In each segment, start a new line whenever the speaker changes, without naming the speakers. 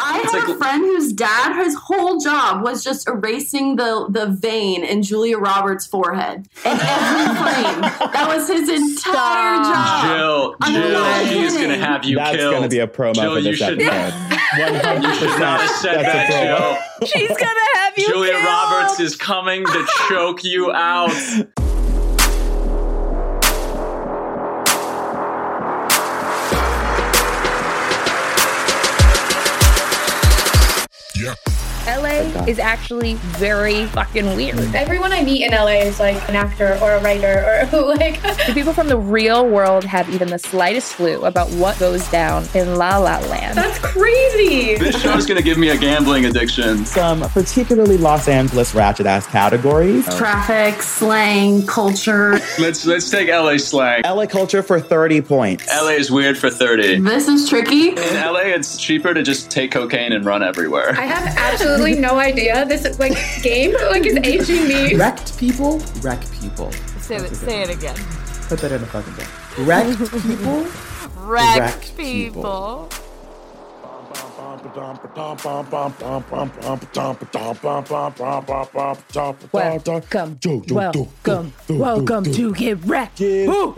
I had a friend whose dad, his whole job was just erasing the the vein in Julia Roberts' forehead in every frame. That was his entire
Ah,
job.
Jill,
I'm
Jill,
not
he's
kidding.
gonna have you
That's
killed.
going to be a promo
Jill,
for
you
this
should
episode.
You
100%.
should not have said
That's a promo.
that, Jill.
She's gonna have you.
Julia
killed.
Roberts is coming to choke you out.
LA is actually very fucking weird.
Everyone I meet in LA is like an actor or a writer or like
The people from the real world have even the slightest clue about what goes down in La La Land.
that's crazy.
This show's gonna give me a gambling addiction.
Some particularly Los Angeles ratchet ass categories.
Oh.
Traffic, slang, culture.
Let's let's take LA slang.
LA culture for 30 points.
LA is weird for 30.
This is tricky.
In LA, it's cheaper to just take cocaine and run everywhere.
I have absolutely no idea. This like game like is aging me.
Wrecked people? Wreck people.
Say it, say it again.
Put that in a fucking book. Wrecked people?
Wreck,
Wreck
people.
people.
Welcome, welcome, welcome to Get Wrecked. Woo!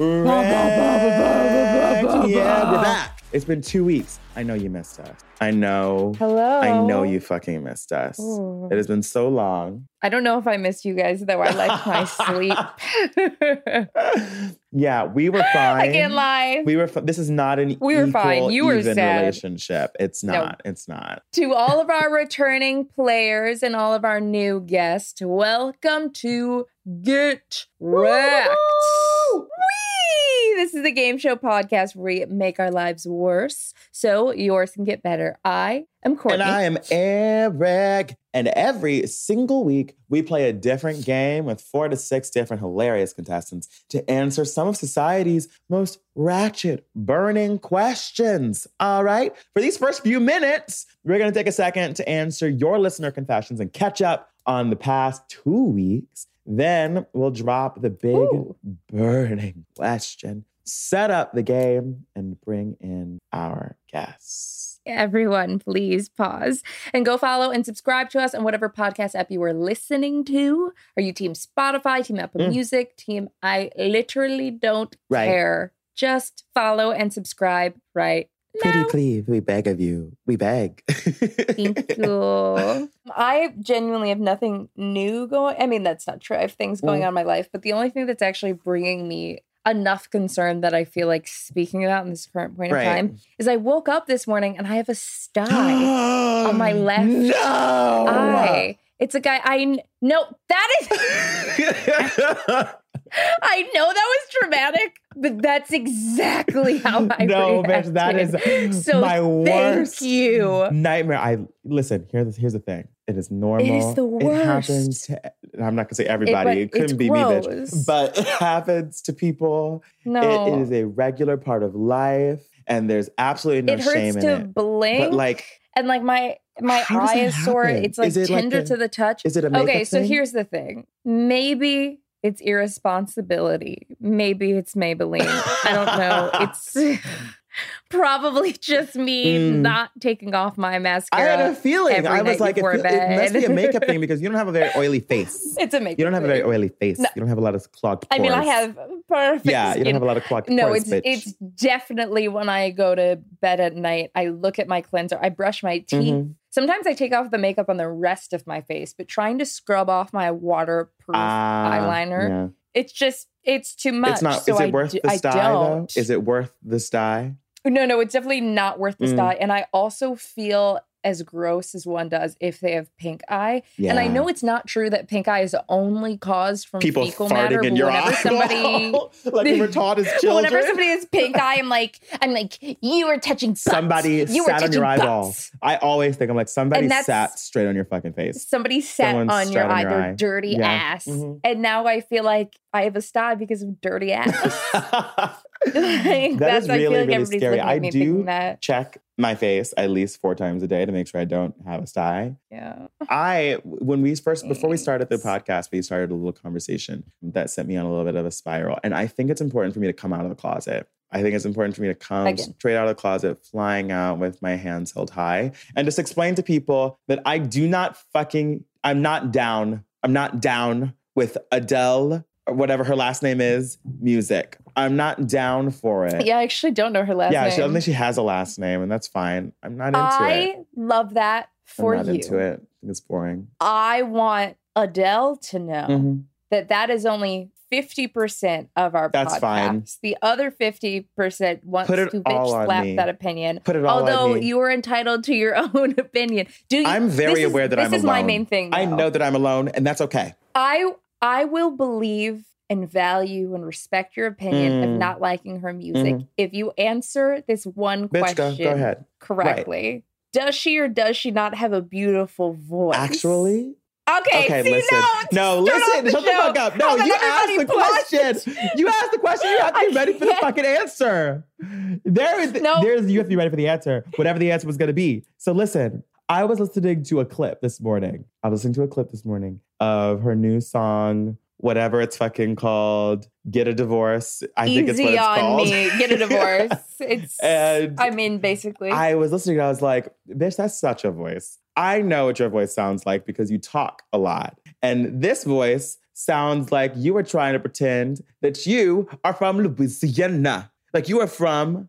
Yeah, we're back. It's been two weeks. I know you missed us. I know.
Hello.
I know you fucking missed us.
Ooh.
It has been so long.
I don't know if I missed you guys though. I like my sleep.
yeah, we were fine.
I can't lie.
We were. Fi- this is not an
We were fine.
equal,
You were
even
sad.
relationship. It's
No.
not. It's not.
to all of our returning players and all of our new guests, welcome to Get Wrecked. Whee! This is the game show podcast where we make our lives worse so yours can get better. I am Courtney.
And I am Eric. And every single week, we play a different game with four to six different hilarious contestants to answer some of society's most ratchet, burning questions. All right. For these first few minutes, we're going to take a second to answer your listener confessions and catch up on the past two weeks. Then we'll drop the big
Ooh.
burning question, set up the game, and bring in our guests.
Everyone, please pause and go follow and subscribe to us on whatever podcast app you are listening to. Are you Team Spotify, Team Apple
Mm.
Music, Team I literally don't
Right.
care. Just follow and subscribe right
Pretty
now.
please, we beg of you. We beg.
Thank you. I genuinely have nothing new going. I mean, that's not true. I have things going
Mm.
on in my life, but the only thing that's actually bringing me enough concern that I feel like speaking about in this current point
Right.
of time is I woke up this morning and I have a sty
on
my left
No.
eye. It's a guy I kn- no that is I know that was dramatic, but that's exactly how I
no, bitch,
reacted.
that is
So
my worst
Thank you.
nightmare. I listen. Here's here's the thing. It is normal.
the
It happens. To, I'm not gonna say everybody.
but
It, couldn't
it's
be me,
gross.
bitch. But it happens to people. It-
No,
it is a regular part of life, and there's absolutely no
it
shame
hurts
in
to
it.
blink
But like,
and like my my
How does
eye
that
is sore
happen?
it's like
Is it like
tender
a-
to the touch
is it a makeup
okay so
thing?
here's the thing maybe it's irresponsibility maybe it's maybelline i don't know it's probably just me
Mm.
not taking off my
I
mascara
had a feeling.
every
I was
night
like, it,
before
feel- it must be a
bed.
makeup thing because you don't have a very oily face.
it's a makeup
You don't have a very
thing.
oily face.
No.
You don't have a lot of clogged
i
pores.
mean i have perfect
Yeah, you don't
skin.
have a lot of clogged
No,
pores,
it's
bitch.
it's definitely when I go to bed at night, I look at my cleanser, I brush my teeth.
Mhm.
Sometimes I take off the makeup on the rest of my face, but trying to scrub off my waterproof
Ah,
eyeliner,
yeah.
it's just it's too much.
It's not.
so
is it
I
worth
d-
the
I
sty though?
don't.
Is it worth the sty?
No, no, it's definitely not worth the
Mm.
dye. And I also feel as gross as one does if they have pink eye.
Yeah.
And I know it's not true that pink eye is only caused from
people
fecal
farting
matter,
in
but
your
whenever
eye,
somebody
like we were taught as
But
children.
whenever somebody has pink eye, I'm like, I'm like, you were touching butts.
somebody
you were
sat on
touching
your eyeball.
butts."
I always think I'm like somebody
And that's-
sat straight on your fucking face.
Somebody sat
Someone
on your
sat on
eye,
your
their
eye.
dirty
Yeah.
ass.
Mhm.
And now I feel like I have a stud because of dirty ass. Like,
that
that's
is
I feel
really,
like
really
everybody's
scary.
looking at
I
me thinking
do
that.
check my face at least four times a day to make sure I don't have a sty.
Yeah.
I when we first before we started the
Thanks.
podcast, we started a little conversation that sent me on a little bit of a spiral. And I think it's important for me to come out of the closet. I think it's important for me to come
Again.
straight out of the closet, flying out with my hands held high, and just explain to people that I do not fucking I'm not down. I'm not down with Adele or whatever her last name is music. I'm not down for it.
Yeah, I actually don't know her last
Yeah,
name.
she, I don't think she has a last name, and that's fine. I'm not into it.
I love that for
I'm not
you.
into it. I think it's boring.
I want Adele to know
Mhm.
that that is only 50% of our
That's
podcast.
fine.
The other 50% wants
Put it
to
all on
bitch slap
me.
that opinion.
Put it all on
Although
me.
you are entitled to your own opinion. Do you
I'm very
this is-
aware that I'm
This is my
alone.
main thing.
I
though.
know that I'm alone, and that's okay.
I I will believe and value and respect your opinion of
Mm.
not liking her music
Mhm.
if you answer this one
Bitch, go,
question
go ahead.
correctly. Does she or does she not have a beautiful voice?
Actually,
okay.
okay,
see,
listen.
No,
No, listen, shut the fuck up. No, you asked the question. You asked the question. You have to
I
be ready for the
can't.
fucking answer. There is,
No.
there's, you have to be ready for the answer, whatever the answer was going to be. So listen, I was listening to a clip this morning. I was listening to a clip this morning of her new song, whatever it's fucking called, "Get a Divorce." I
Easy
think it's what it's
on
called.
me. Get a divorce. It's.
And-
I mean, basically.
I was listening and I was like, bitch, that's such a voice. I know what your voice sounds like because you talk a lot. And this voice sounds like you are trying to pretend that you are from Louisiana. Like you are from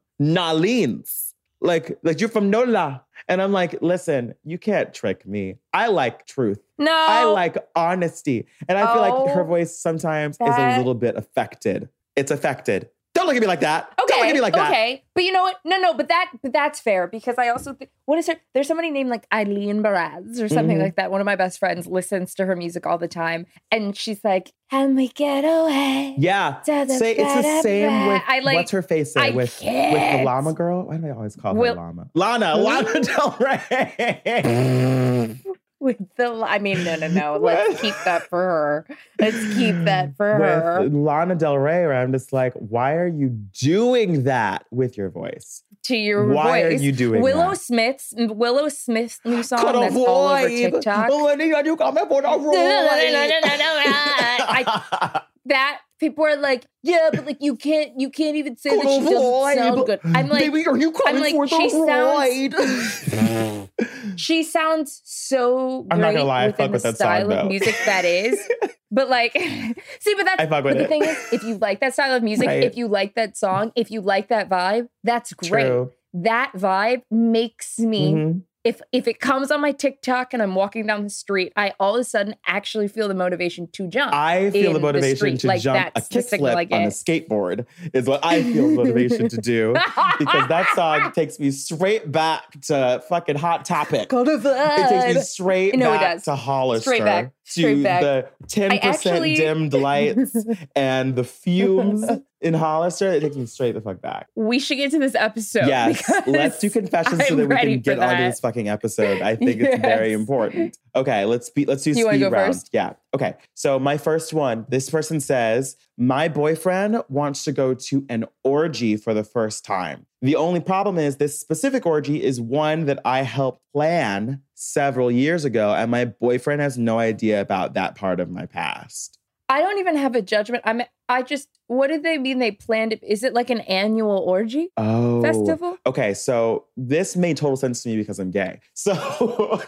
Nolens. Like, like you're from Nola. And I'm like, listen, you can't trick me. I like truth.
no.
I like honesty. And I feel
Oh.
like her voice sometimes is
That-
a little bit affected. It's affected. Don't look at me like that.
Okay.
Don't look at me like that.
Okay. But you know what? No, no, but that but that's fair because I also think what is her there's somebody named like Eileen Baraz or something
Mhm.
like that. One of my best friends listens to her music all the time. And she's like, Can we get away?
Yeah.
Da, da,
Say it's
da, da,
the same
da.
with
I like-
what's her face say
I
with with
can't.
the llama girl. Why do I always call
Will-
her llama? Lana, Lana Del Rey.
With the I mean, no, no, no. Let's
What?
keep that for her. Let's keep that for her.
With Lana Del Rey, where I'm just like, why are you doing that with your voice?
To your
why
voice.
are you doing
Willow
that?
Smith's Willow Smith's new song
Could
that's all over
avoid.
TikTok.
When are you coming for the ride?
I that people are like, yeah, but like you can't you can't even say that she doesn't
Good
sound
vibe.
good. I'm like
Baby, are you coming
like,
for the
she sounds-
ride?
she sounds so great
I'm not gonna lie, I
within
fuck
the
with that song,
style of
though.
music that is. but like see, but that's
I fuck
but
with
the
it.
thing is if you like that style of music,
Right.
if you like that song, if you like that vibe, that's great.
True.
That vibe makes me
Mhm.
if if it comes on my TikTok and I'm walking down the street, I all of a sudden actually feel the motivation to jump.
I feel
in the
the motivation
street.
to
Like,
jump a
that's the
kickflip
signal I
on
get.
a skateboard is what I feel the motivation to do because that song takes me straight back to fucking Hot Topic.
Go to
It takes me
vibe.
straight
No, it
back
does.
to Hollister,
Straight back. Straight
to
back.
the ten
I
percent
actually-
dimmed lights and the fumes in Hollister. It takes me straight the fuck back.
we should get to this episode.
yes, let's do
because
confessions so
I'm
that we
ready
can
for
get onto
that.
this fucking episode. I think it's
Yes.
very important. Okay, let's be let's do
You wanna
speed
go
round.
first?
Yeah. Okay. So my first one. This person says my boyfriend wants to go to an orgy for the first time. The only problem is this specific orgy is one that I helped plan several years ago, and my boyfriend has no idea about that part of my past.
I don't even have a judgment. I'm. I just. What did they mean? They planned it. Is it like an annual orgy
Oh.
festival?
Okay, so this made total sense to me because I'm gay. So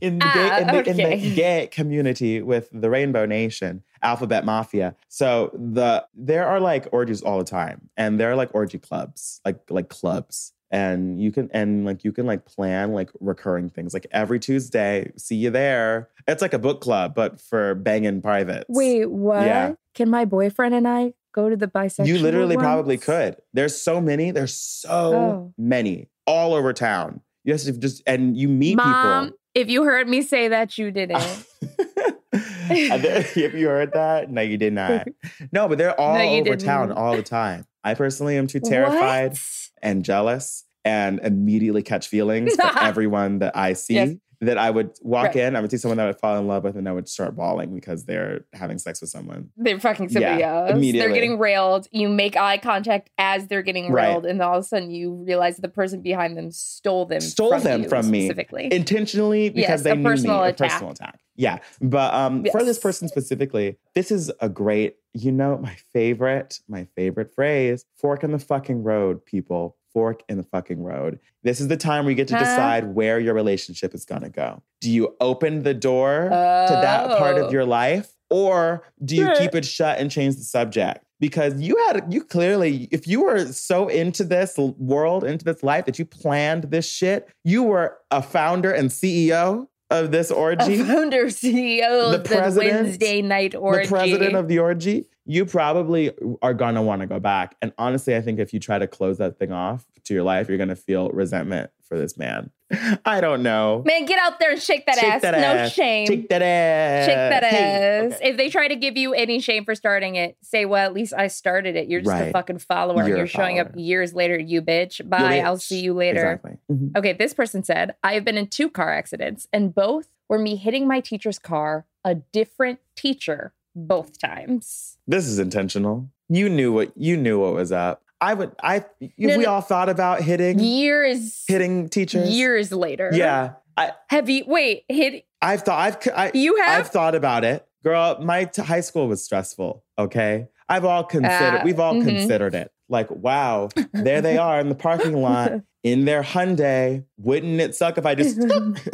in the,
Ah,
gay, in, the, in the
okay.
gay community with the Rainbow Nation, Alphabet Mafia, so the there are like orgies all the time, and there are like orgy clubs, like like clubs. And you can and like you can like plan like recurring things like every Tuesday, see you there. It's like a book club, but for banging privates.
Wait, what?
Yeah.
Can my boyfriend and I go to the bisexual?
You literally
ones?
probably could. There's so many. There's so
Oh.
many all over town. You have to just and you meet
Mom,
people.
if you heard me say that, you did it.
And then- if you heard that, no, you did not. No, but they're all
No, you
over
didn't.
town all the time. I personally am too terrified
What?
and jealous and immediately catch feelings for everyone that I see.
Yes.
That I would walk
Right.
in, I would see someone that I would fall in love with, and I would start bawling because they're having sex with someone.
They're fucking somebody
Yeah,
else. They're
immediately.
getting railed. You make eye contact as they're getting
Right.
railed, and all of a sudden you realize the person behind them stole them.
Stole
from
them
you
from me.
specifically.
intentionally because
Yes,
they
a
knew
personal
me,
attack.
a personal attack. Yeah, but um, for this
Yes.
person specifically, this is a great, you know, my favorite, my favorite phrase: "Fork in the fucking road, people. Fork in the fucking road." This is the time where you get to
Huh?
decide where your relationship is gonna go. Do you open the door to that part
Oh.
of your life, or do you
Sure.
keep it shut and change the subject? Because you had, you clearly, if you were so into this l- world, into this life that you planned this shit, you were a founder and CEO of this
a
orgy,
founder CEO
The
of the
president-
Wednesday night orgy.
the president of the orgy. You probably are gonna want to go back. And honestly, I think if you try to close that thing off to your life, you're gonna feel resentment for this man. I don't know.
Man, get out there and shake that
Shake
ass.
that
no
ass.
shame.
Shake that ass.
Shake that
Hey.
ass. If they try to give you any shame for starting it, say, well, at least I started it. You're just a
Right.
fucking follower.
You're
You're,
a
showing up
follower.
years later, you bitch. Bye. I'll
bitch.
see you later.
Exactly. Mhm.
Okay, this person said, I have been in two car accidents, and both were me hitting my teacher's car, a different teacher, both times.
This is intentional. You knew what you knew what was up. I would I if
No,
we
no.
all thought about hitting
Years,
hitting teachers.
years later.
Yeah. I
Have you, wait, hit,
I've thought I've c- I,
you have?
I've thought about it. Girl, my t- high school was stressful, okay? I've all considered
Ah,
we've all
mhm.
considered it. Like, wow, there they are in the parking lot in their Hyundai. Wouldn't it suck if I just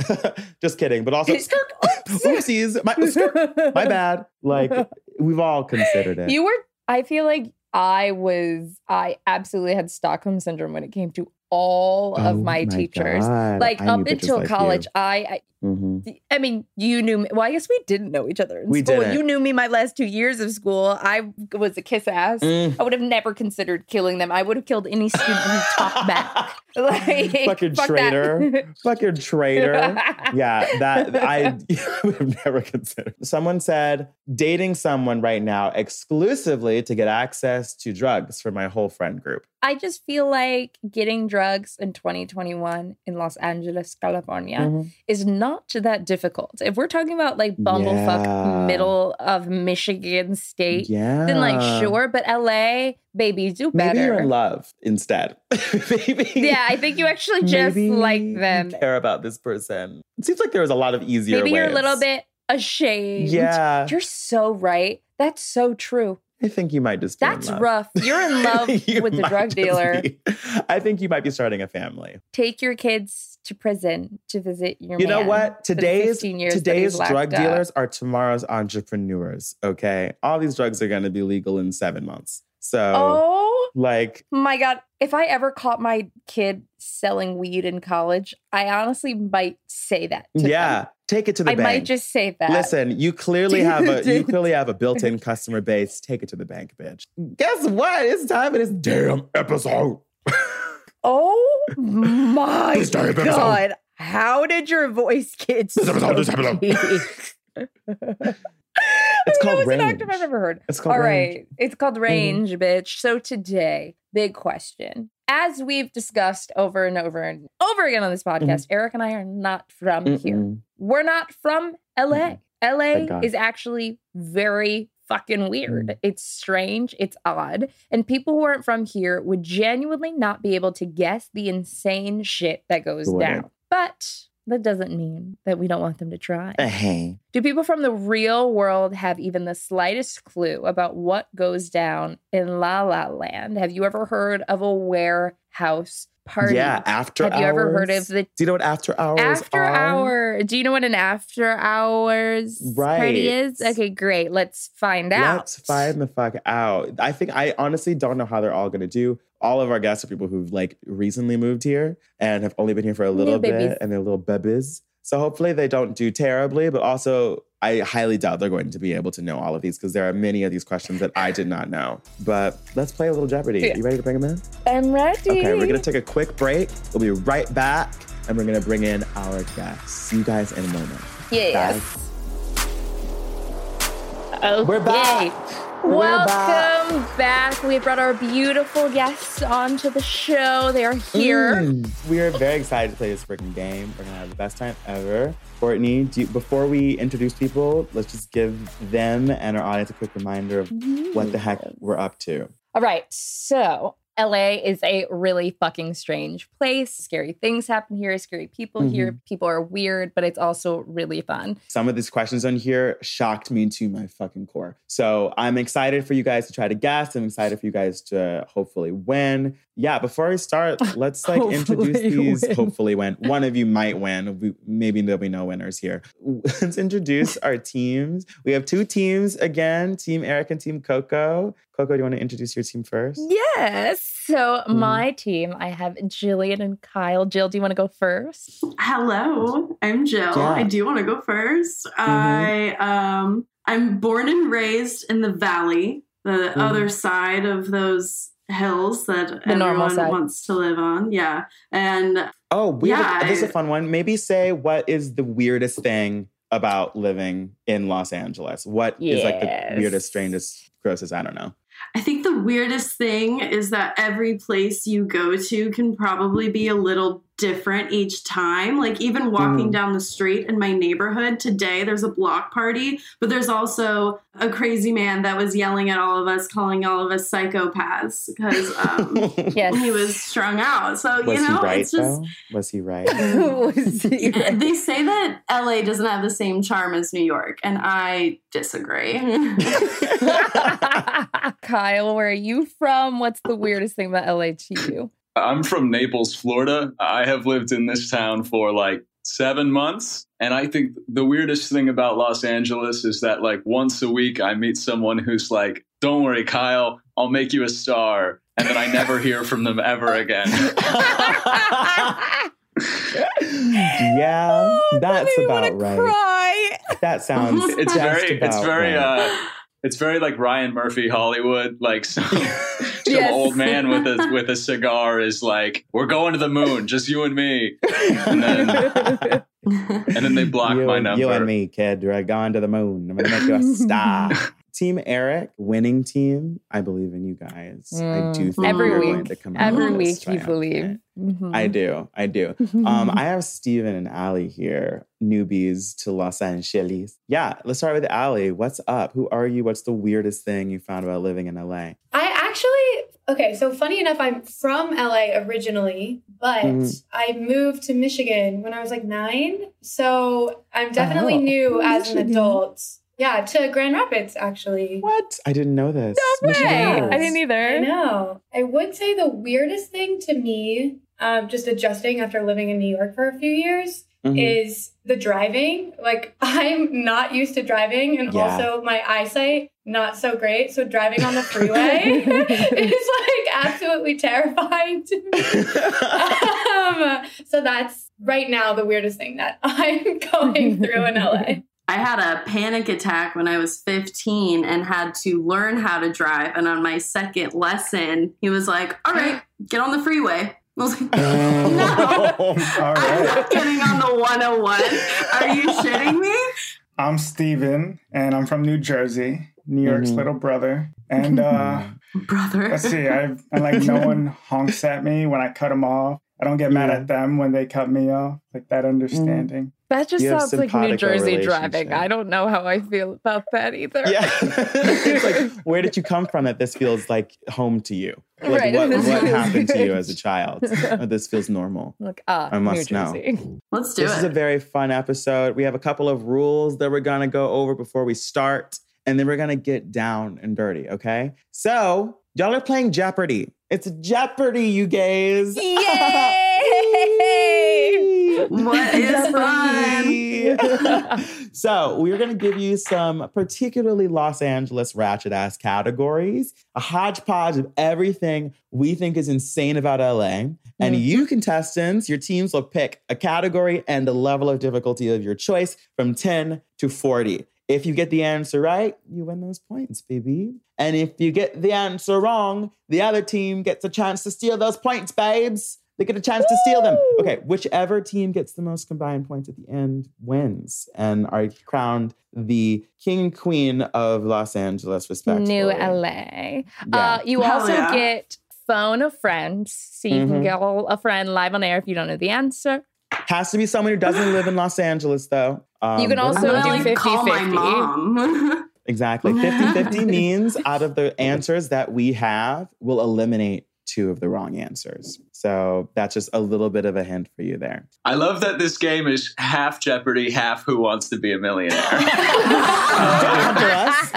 just kidding, but also oopsies, my my bad. Like we've all considered it.
You were, I feel like I was, I absolutely had Stockholm syndrome when it came to all of
Oh
my, teachers.
God,
Like
I knew
up
bitches
until
like you.
college, I,
Mhm.
I, I mean, you knew me. Well, I guess we didn't know each other in
We
school.
didn't.
You knew me my last two years of school. I was a kiss ass.
Mm.
I would have never considered killing them. I would have killed any student who talked back. Like,
Fucking
fuck that.
traitor. Fucking traitor. yeah, that I would have never considered. Someone said dating someone right now exclusively to get access to drugs for my whole friend group.
I just feel like getting drugs in 2021 in Los Angeles, California
Mhm.
is not that difficult. If we're talking about like bumblefuck
Yeah.
middle of Michigan state,
Yeah.
then like sure, but LA, baby, do better.
Maybe you're in love instead. Maybe.
yeah, I think you actually just
Maybe
like
you
them.
Care about this person. It seems like there was a lot of easier.
Maybe you're a
ways.
little bit ashamed.
Yeah,
You're so right. That's so true.
I think you might just. be in
That's
love.
rough. You're in love
You
with the
might
drug
just
dealer.
be- I think you might be starting a family.
Take your kids to prison to visit your
You know
man
what?
for the
Today's
15 years that
today's
he's locked
drug
up.
dealers are tomorrow's entrepreneurs. Okay, all these drugs are going to be legal in seven months. So,
Oh
like,
my god! If I ever caught my kid selling weed in college, I honestly might say that. To them.
yeah, take it to the
I
bank.
might just say that.
Listen, you clearly have a you
Dude.
clearly have a built-in customer base. Take it to the bank, bitch. Guess what? It's time for this damn episode.
Oh my
This time, episode.
god! How did your voice get so
This episode, this episode.
deep?
It's
I mean,
called
that was an octave
range.
I've never heard.
It's called
All right,
range. Mm-hmm.
It's called range, bitch. So today, big question. As we've discussed over and over and over again on this podcast, Eric and I are not from here.
Mm-hmm. Mm-mm.
We're not from LA.
Mm-hmm. Thank
LA
God. Mm.
is actually very fucking weird. It's strange, it's odd, and people who aren't from here would genuinely not be able to guess the insane shit that goes
Wouldn't.
down. But that doesn't mean that we don't want them to try.
Eh. Hey,
Do people from the real world have even the slightest clue about what goes down in La La Land? Have you ever heard of a warehouse party?
yeah. After
Have you ever heard
hours?
of the
Do you know what after hours?
after
are?
hour? Do you know what an after hours party is?
Right.
Okay, great. Let's find out.
Let's find the fuck out. I think I honestly don't know how they're all gonna do. All of our guests are people who've like recently moved here and have only been here for a little
babies.
bit and they're little babies. So hopefully they don't do terribly, but also I highly doubt they're going to be able to know all of these because there are many of these questions that I did not know. But let's play a little Jeopardy.
Yeah.
You ready to bring them in?
I'm ready.
Okay, we're gonna take a quick break. We'll be right back and we're gonna bring in our guests. See you guys in a moment.
Yes. Okay.
We're back. We're
Welcome back. We brought our beautiful guests onto the show. They are here.
Mm. We are very excited to play this freaking game. We're gonna have the best time ever. Courtney, do you, before we introduce people, let's just give them and our audience a quick reminder of what the heck we're up to.
All right. So, LA is a really fucking strange place. Scary things happen here, scary people
Mm-hmm.
here. People are weird, but it's also really fun.
Some of these questions on here shocked me to my fucking core. So I'm excited for you guys to try to guess. I'm excited for you guys to hopefully win. Yeah, before I start, let's like introduce
Hopefully
these.
win.
Hopefully, win. One of you might win. We, maybe there'll be no winners here. Let's introduce our teams. We have two teams again Team Eric and Team Coco. Coco, do you want to introduce your team first?
Yes. So,
Mm.
my team, I have Jillian and Kyle. Jill, do you want to go first?
Hello, I'm Jill.
Yeah.
I do want to go 1st I um I'm born and raised in the valley, the other side of those hills that
normal
everyone
side.
wants to live on. Yeah. And
Oh, we have a-
Yeah,
this is a
I-
fun one. Maybe say what is the weirdest thing about living in Los Angeles? What is like the
Yes.
weirdest, strangest, grossest? I don't know.
I think the weirdest thing is that every place you go to can probably be a little different each time. Like even walking
Mm.
down the street in my neighborhood today, there's a block party, but there's also a crazy man that was yelling at all of us, calling all of us psychopaths because um,
Yes.
he was strung out. So
Was
you know,
he right
it's just.
though? Was he right?
Was he right?
They say that LA doesn't have the same charm as New York, and I disagree.
Kyle, where are you from? What's the weirdest thing about LA to you?
I'm from Naples, Florida. I have lived in this town for like seven months. And I think the weirdest thing about Los Angeles is that, like, once a week I meet someone who's like, Don't worry, Kyle, I'll make you a star. And then I never hear from them ever again.
Oh,
yeah, that's
want
about
to
right.
Cry.
That sounds.
It's
just
very, it's
about
very,
right.
uh, it's very like Ryan Murphy Hollywood, like some, some
Yes.
old man with a with a cigar is like, "We're going to the moon, just you and me," uh, and then and then they block
you,
my number.
You and me, kid, we're going to the moon. I'm gonna make you a star. team Eric, winning team. I believe in you guys. I
Mm.
do think
Every
you're going
week.
to come out
Every
of this
week you believe.
triumphant. I do. I do. Um, I have Steven and Allie here, newbies to Los Angeles. Yeah, let's start with Allie. What's up? Who are you? What's the weirdest thing you found about living in LA?
I actually okay. So funny enough, I'm from LA originally, but
Mhm.
I moved to Michigan when I was like nine. So I'm definitely
Oh,
new as an
Michigan.
adult. Yeah, to Grand Rapids actually.
What? I didn't know this.
No
Michigan
way.
knows.
I didn't
I
either.
know. I would say the weirdest thing to me, um, just adjusting after living in New York for a few years,
Mhm.
is the driving. Like I'm not used to driving, and
Yeah.
also my eyesight not so great. So driving on the freeway is like absolutely terrifying to me.
Mm-hmm.
um, so that's right now the weirdest thing that I'm going through in LA.
I had a panic attack when I was 15 and had to learn how to drive. And on my second lesson, he was like, All right, get on the freeway. I was like,
All
I'm
right.
not getting on the 101. Are you shitting me?
I'm Steven, and I'm from New Jersey, New York's
Mhm.
little brother. And uh,
Brother.
let's see, I, I like no one honks at me when I cut them off. I don't get mad
Yeah.
at them when they cut me off. Like
Mm.
that understanding.
That just
You have
sounds like New
simpatico
Jersey
relationship.
driving. I don't know how I feel about that either.
Yeah. it's like, where did you come from that this feels like home to you? Like,
Right.
what,
This
what
feels
happened to you
good.
as a child? Oh, this feels normal.
Like, ah,
I must
New
know.
Jersey.
Let's do
this is
it.
a very fun episode. We have a couple of rules that we're going to go over before we start, and then we're going to get down and dirty, okay? So, y'all are playing Jeopardy. It's Jeopardy, you guys.
Yay!
what is fun?
Jeopardy. so we're going to give you some particularly Los Angeles ratchet ass categories, a hodgepodge of everything we think is insane about LA. And
Mm-hmm.
you contestants, your teams will pick a category and a level of difficulty of your choice from 10 to 40. If you get the answer right, you win those points, baby. And if you get the answer wrong, the other team gets a chance to steal those points, babes. They get a chance to steal them. Okay, whichever team gets the most combined points at the end wins and are crowned the king and queen of Los Angeles, respectively.
New LA. Uh,
Yeah.
you
Hell
also
yeah.
get phone a friend, so you
Mhm.
can get a friend live on air if you don't know the answer.
Has to be someone who doesn't live in Los Angeles, though. Um,
You can
those
I'm
also
are-
gonna
do
like call my
50-50.
mom.
Exactly. 50 50 means out of the answers that we have, we'll eliminate two of the wrong answers. So that's just a little bit of a hint for you there.
I love that this game is half Jeopardy, half Who Wants to Be a Millionaire.
Don't come to us.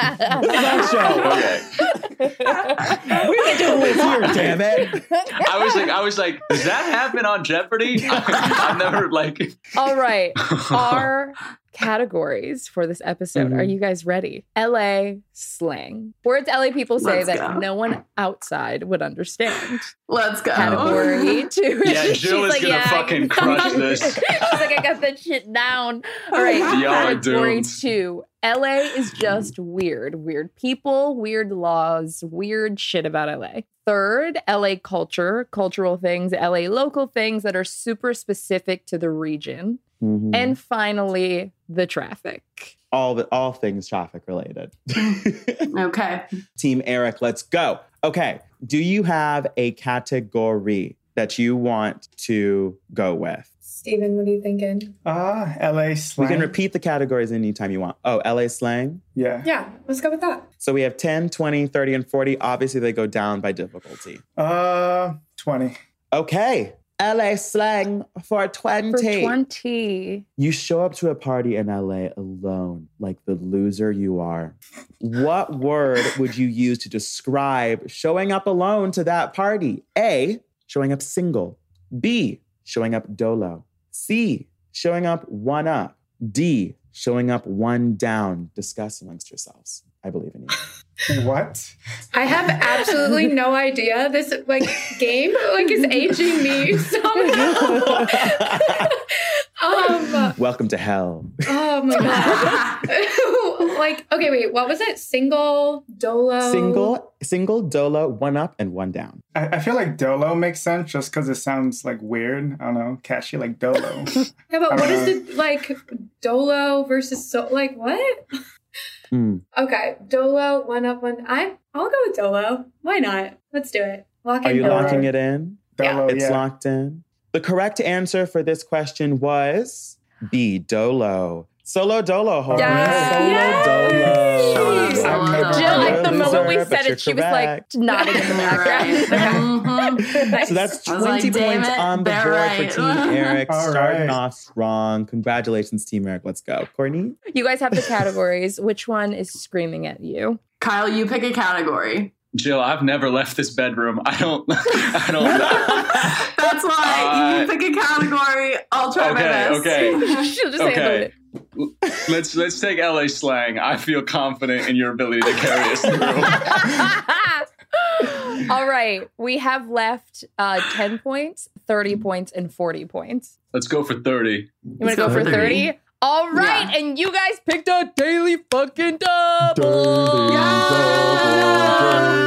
This is our show.
Oh,
okay.
We're not doing this here, damn it.
I was like, I was like, does that happen on Jeopardy? I've never like.
All right. Our categories for this episode.
Mhm.
Are you guys ready? LA slang. Words LA people say
Let's
that
go.
no one outside would understand.
Let's go.
Category
Oh.
two.
Yeah,
She's
Jill is
like,
gonna
"Yeah, I
fucking
got
crush
it."
this.
She's like, I got that shit down. All right.
Y'all are
category
doomed.
two. LA is just weird. Weird people, weird laws, weird shit about LA. Third, LA culture, cultural things, LA local things that are super specific to the region.
Hmm.
Mhm.
And finally, the traffic.
all the all things traffic related.
Okay.
Team Eric, let's go. Okay. Do you have a category that you want to go with?
Steven, what are you thinking?
Ah, LA
We
slang.
can repeat the categories anytime you want. Oh, LA slang.
Yeah.
Yeah, let's go with that.
So we have 10, 20, 30, and 40. Obviously, they go down by difficulty.
Uh, 20.
Okay. LA slang for 20.
For 20.
You show up to a party in LA alone, like the loser you are. What word would you use to describe showing up alone to that party? A, showing up single. B, showing up dolo. C, showing up one up. D, showing up one down. Discuss amongst yourselves. I believe in you.
What?
I have absolutely no idea. This like game like is aging me somehow. um,
Welcome to hell.
oh my god. like, okay, wait, what was it? Single, dolo.
Single, single, dolo, one up, and one down.
I, I feel like Dolo makes sense just because it sounds like weird. I don't know, catchy like Dolo.
Yeah, but
I
what
don't
is it like dolo versus so like what?
Mm.
Okay, dolo, one up, one. I I'll go with dolo. Why not? Let's do it. Lock
Are
in
you
dolo.
locking it in?
Dolo,
It's
Oh, yeah.
locked in. The correct answer for this question was B. Dolo. Solo dolo. Jorge.
Yes.
Solo dolo.
Yes.
Solo
I'm
dolo.
not-
Jill, like the
Loser,
moment we
but
said
you're
it, she was like
correct.
nodding in the background.
Right. Mhm.
Nice.
So that's
I
20
was like, damn
points
it,
on the
they're
board
right.
for Team Eric.
All
Starting
right.
off strong. Congratulations, Team Eric. Let's go. Courtney?
You guys have the categories. Which one is screaming at you?
Kyle, you pick a category.
Jill, I've never left this bedroom. I don't. I don't know.
That's why you pick a category. I'll try my best.
okay, okay.
She'll just handle
Okay.
it.
Let's let's take LA slang. I feel confident in your ability to carry us through.
All right. We have left uh, 10 points, 30 points, and 40 points.
Let's go for thirty.
You want to go for 30? All right. And you guys picked a daily fucking double.
Daily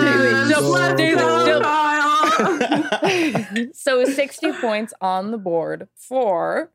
Yeah.
double,
Daily
daily double.
double. Daily
Go,
double.
Kyle.
So 60 points on the board for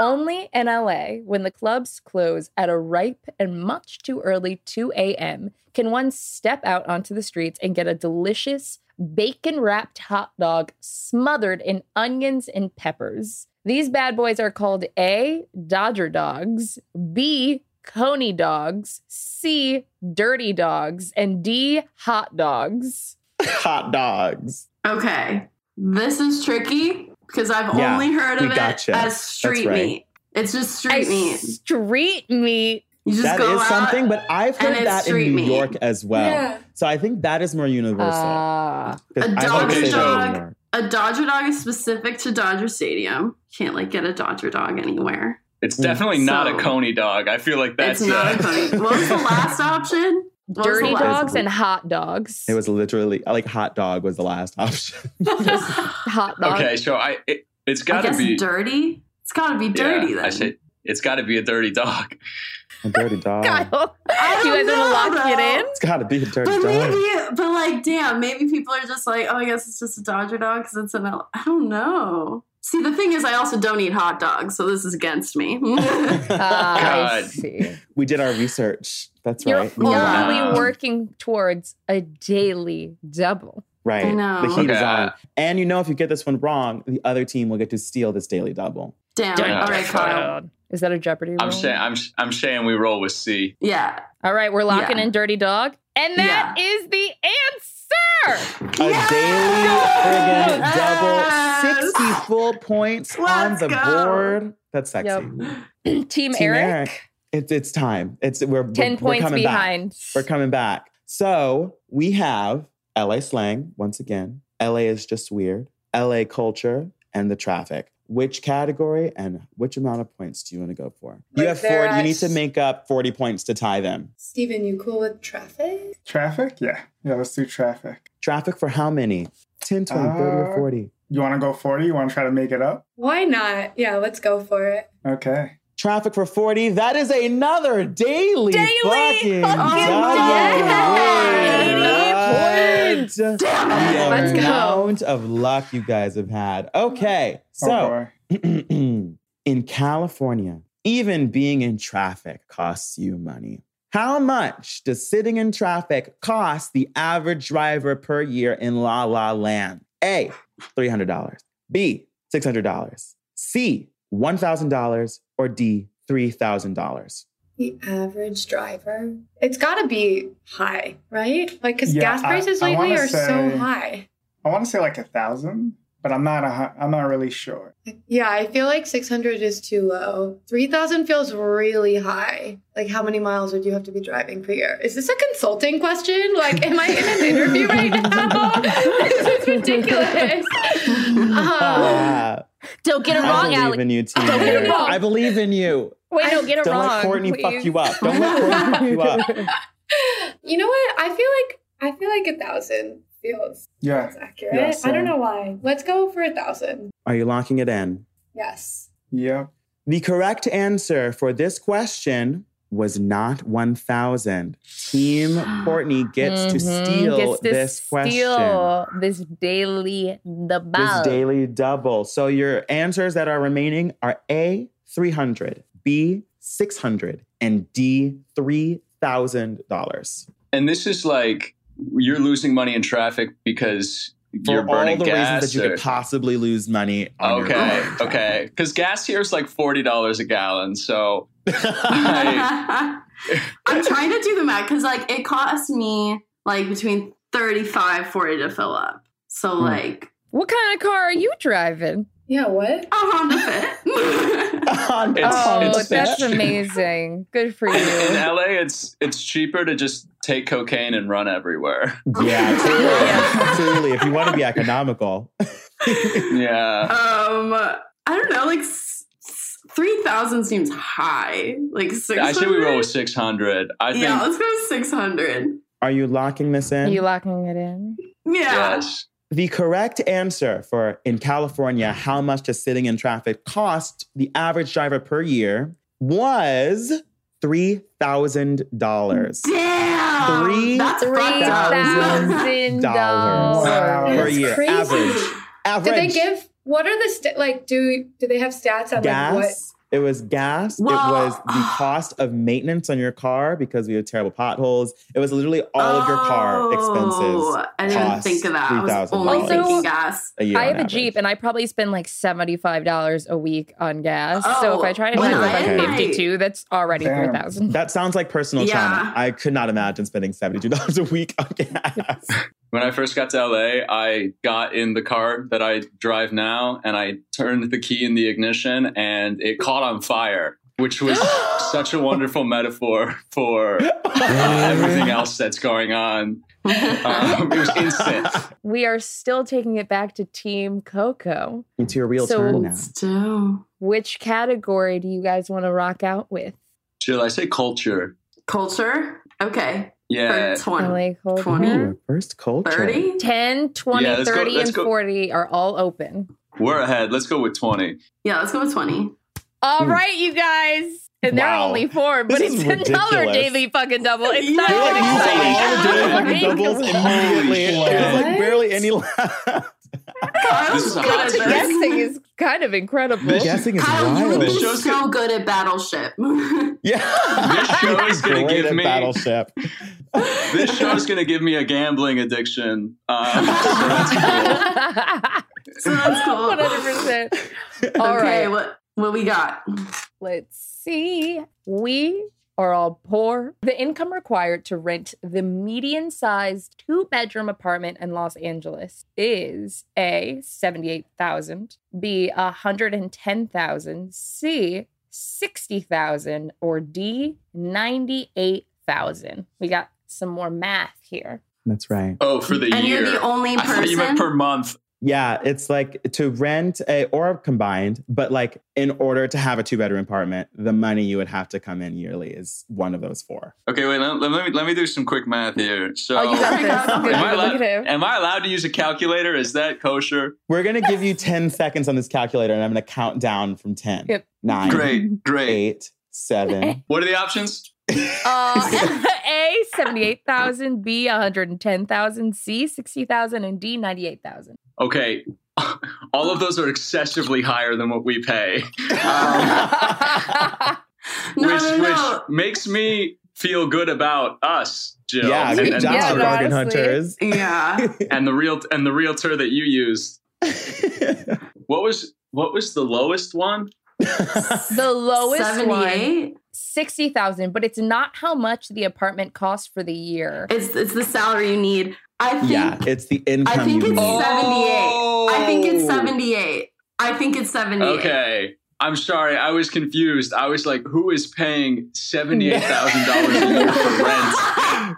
only in LA when the clubs close at a ripe and much too early 2 a.m. can one step out onto the streets and get a delicious bacon wrapped hot dog smothered in onions and peppers. These bad boys are called A, Dodger dogs, B, Coney dogs, C, dirty dogs, and D, hot dogs.
Hot dogs.
Okay. This is tricky because I've
Yeah,
only heard
we
of it
gotcha.
as street
That's right.
meat. It's just street
As
meat.
Street meat.
You just
That
go
is
out.
something, but I've
and
heard
it's
that in
street
New
meat.
York as well.
Yeah.
So I think that is more universal.
Ah.
'Cause
A
I've heard
dog
it
is
say that in
dog.
New York.
A Dodger dog is specific to Dodger Stadium. Can't like get a Dodger dog anywhere.
It's definitely not
So-
a coney dog. I feel like that's
it's not a pony. What was the last option? What was the
dirty
last
dogs
one?
and hot dogs.
It was literally like hot dog was the last option.
just hot dogs.
okay. So I it, it's
I
got to
guess
be
dirty. It's gotta be
Yeah,
dirty then.
I said it's got to be a dirty dog.
A dirty dog.
Kyle, you guys
don't
want to
know,
lock it
though.
in?
It's gotta be a dirty
But
dog.
maybe, but like, damn, maybe people are just like, oh, I guess it's just a Dodger dog because it's an. L- I don't know. See, the thing is, I also don't eat hot dogs, so this is against me.
Ah, I
God.
see.
We did our research. That's
You're
right.
only
Moving on.
Yeah.
working towards a daily double.
Right.
I know.
The heat is
Okay.
on. And you know, if you get this one wrong, the other team will get to steal this daily double.
damn.
Dun,
All right,
dun,
Kyle.
dun.
Is that a Jeopardy?
I'm
rule?
saying I'm I'm saying we roll with C.
Yeah.
All right, we're locking
Yeah.
in Dirty Dog. And that is the answer.
A daily friggin'
Yes!
double. 60 full points on
Let's
the
go.
board. That's sexy.
Yep. Team,
Team
Eric,
Eric. It's it's time. It's we're we're-
10
we're
points
coming back.
behind.
We're coming back. So we have LA slang once again. LA is just weird. LA culture and the traffic. Which category and which amount of points do you want to go for? You
Like
have
they're
40. You
at-
need to make up 40 points to tie them.
Steven, you cool with traffic?
Traffic? Yeah. Yeah, let's do traffic.
Traffic for how many? 10, 20, 30, or
Uh,
40.
You want to go 40? You want to try to make it up?
Why not? Yeah, let's go for it.
Okay.
Traffic for 40. That is another daily,
Daily
fucking
fucking
double.
yes! 80
What? The
Let's go.
amount of luck you guys have had. Okay,
Oh,
so
boy.
in California, even being in traffic costs you money. How much does sitting in traffic cost the average driver per year in La La Land? A, $300. B, $600. C, $1,000. Or D, $3,000.
The average driver. It's got to be high, right? Like, because
Yeah,
gas
I-
prices
I
lately
wanna
are
say-
so high.
I want to say like a thousand, but I'm not a, hu- I'm not really sure.
Yeah, I feel like 600 is too low. 3,000 feels really high. Like, how many miles would you have to be driving per year? Is this a consulting question? Like, am I in an interview right
Oh,
now? this is ridiculous. Um,
Ah,
Don't get it
I
wrong,
believe
Alex.
in you, team.
Don't get it wrong.
I believe in you.
Wait, no, get it
Don't
wrong.
let Courtney fuck
please.
you up. Don't let Courtney fuck you up.
you know what? I feel like I feel like a thousand feels
Yeah.
that's accurate.
Yeah,
I
same.
don't know why. Let's go for a thousand.
Are you locking it in?
Yes.
Yep.
The correct answer for this question was not 1,000. Team Courtney gets to
Mhm,
steal
gets to
this question.
steal This daily double.
This daily double. So your answers that are remaining are A, 300, B, 600, and D, $3,000.
And this is like you're losing money in traffic because
For
you're burning
all the
gas.
reasons that you
or-
could possibly lose money on your
okay,
own.
okay. Because gas here is like forty dollars a gallon. So I,
I'm trying to do the math because like it cost me like between 35, 40 to fill up. So like
What kind of car are you driving?
Yeah, what?
a Honda Fit.
On-
It's-
oh,
on
it's
that's
that.
fish.
amazing. Good for
in
you.
LA, it's it's cheaper to just take cocaine and run everywhere.
Yeah, truly.
Yeah.
Absolutely. If you want to be economical.
Yeah.
um, I don't know. Like s- s- three thousand seems high. Like six hundred.
I say we roll with six hundred. I think
Oh, yeah, let's go with six hundred.
Are you locking this
Are
in?
you locking it in?
oh, Yeah.
yes.
The correct answer for in California, how much does sitting in traffic cost the average driver per year was three thousand dollars
Damn.
Three
That's
Three
fucked up.
thousand
Dollars. per
dollars.
That's
year.
crazy.
Average. Average.
Do they give? What are the st- like? Do do they have stats on like what?
gas? It was gas. it
Well-
was the cost of maintenance on your car because we had terrible potholes. It was literally all of your car expenses
Oh, I didn't even
cost
think of that. I was only
$3,000.
thinking gas.
a year.
I
on
have a
average.
Jeep and I probably spend like $75 a week on gas. so
Oh,
if I try to
when
drive for like
I-
52, that's already
Damn.
3000
That sounds like personal
Yeah.
trauma. I could not imagine spending seventy-two dollars a week on gas.
When I first got to LA, I got in the car that I drive now and I turned the key in the ignition and it caught on fire, which was such a wonderful metaphor for uh, everything else that's going on. Um, it was instant.
We are still taking it back to Team Coco.
Into your real
So-
turn now.
Still.
Which category do you guys want to rock out with?
Should I say culture?
Culture? Okay.
Yeah.
For 20.
LA culture.
Ooh,
20.
your first culture.
30?
10, 20,
Yeah, let's go-
30,
let's
and
go.
40 are all open.
We're ahead. Let's go with 20.
Yeah, let's go with 20.
All
Hmm.
right, you guys. and they're
Wow.
only four, but
This
it's
is
another
ridiculous.
daily fucking double. It's not
They're like
even
using
exciting.
all the
Like,
daily doubles immediately.
Holy shit.
There's like barely any left.
This is a
Kyle's good
hot take.
at this.
Guessing is kind of incredible.
This-
Guessing is
Kyle, you would
wild.
be
This show's
so good at Battleship.
Yeah.
This show is gonna
Great
give
at
me-
Battleship.
This show is going to give me a gambling addiction. Um, so that's cool.
so that's cool.
One hundred percent. All
okay,
right,
what what we got?
let's see. We are all poor. The income required to rent the median-sized two-bedroom apartment in Los Angeles is a seventy-eight thousand, b hundred and ten thousand, c sixty thousand, or d ninety-eight thousand. We got some more math here.
That's right.
Oh, for the
And
year.
you're the only
I thought you meant
person.
per month.
Yeah, it's like to rent a or combined, but like in order to have a two bedroom apartment, the money you would have to come in yearly is one of those four.
Okay, wait. Let, let me let me do some quick math here. So,
oh, you got
my
this.
God.
Good.
am I
Look
allowed?
at him.
Am I allowed to use a calculator? Is that kosher?
We're gonna give you 10 seconds on this calculator and I'm gonna count down from 10.
Yep.
Nine,
Great, great.
eight, seven.
What are the options?
Oh.
Uh, A seventy-eight thousand, B one hundred and ten thousand, C sixty thousand, and D ninety-eight thousand.
Okay, all of those are excessively higher than what we pay,
No,
which
no, no.
which makes me feel good about us, Jill.
yeah,
and,
good
and
job,
Yeah,
Tyler,
bargain
honestly.
hunters.
yeah.
and the real and the realtor that you used. What was what was the lowest one?
The lowest one,
78?
sixty thousand, but it's not how much the apartment costs for the year.
It's it's the salary you need. I think
yeah, it's the income
I think
you
it's
need.
78. I think it's
Oh.
78. I think it's 78.
Okay. I'm sorry, I was confused. I was like, who is paying $78,000 a year for rent?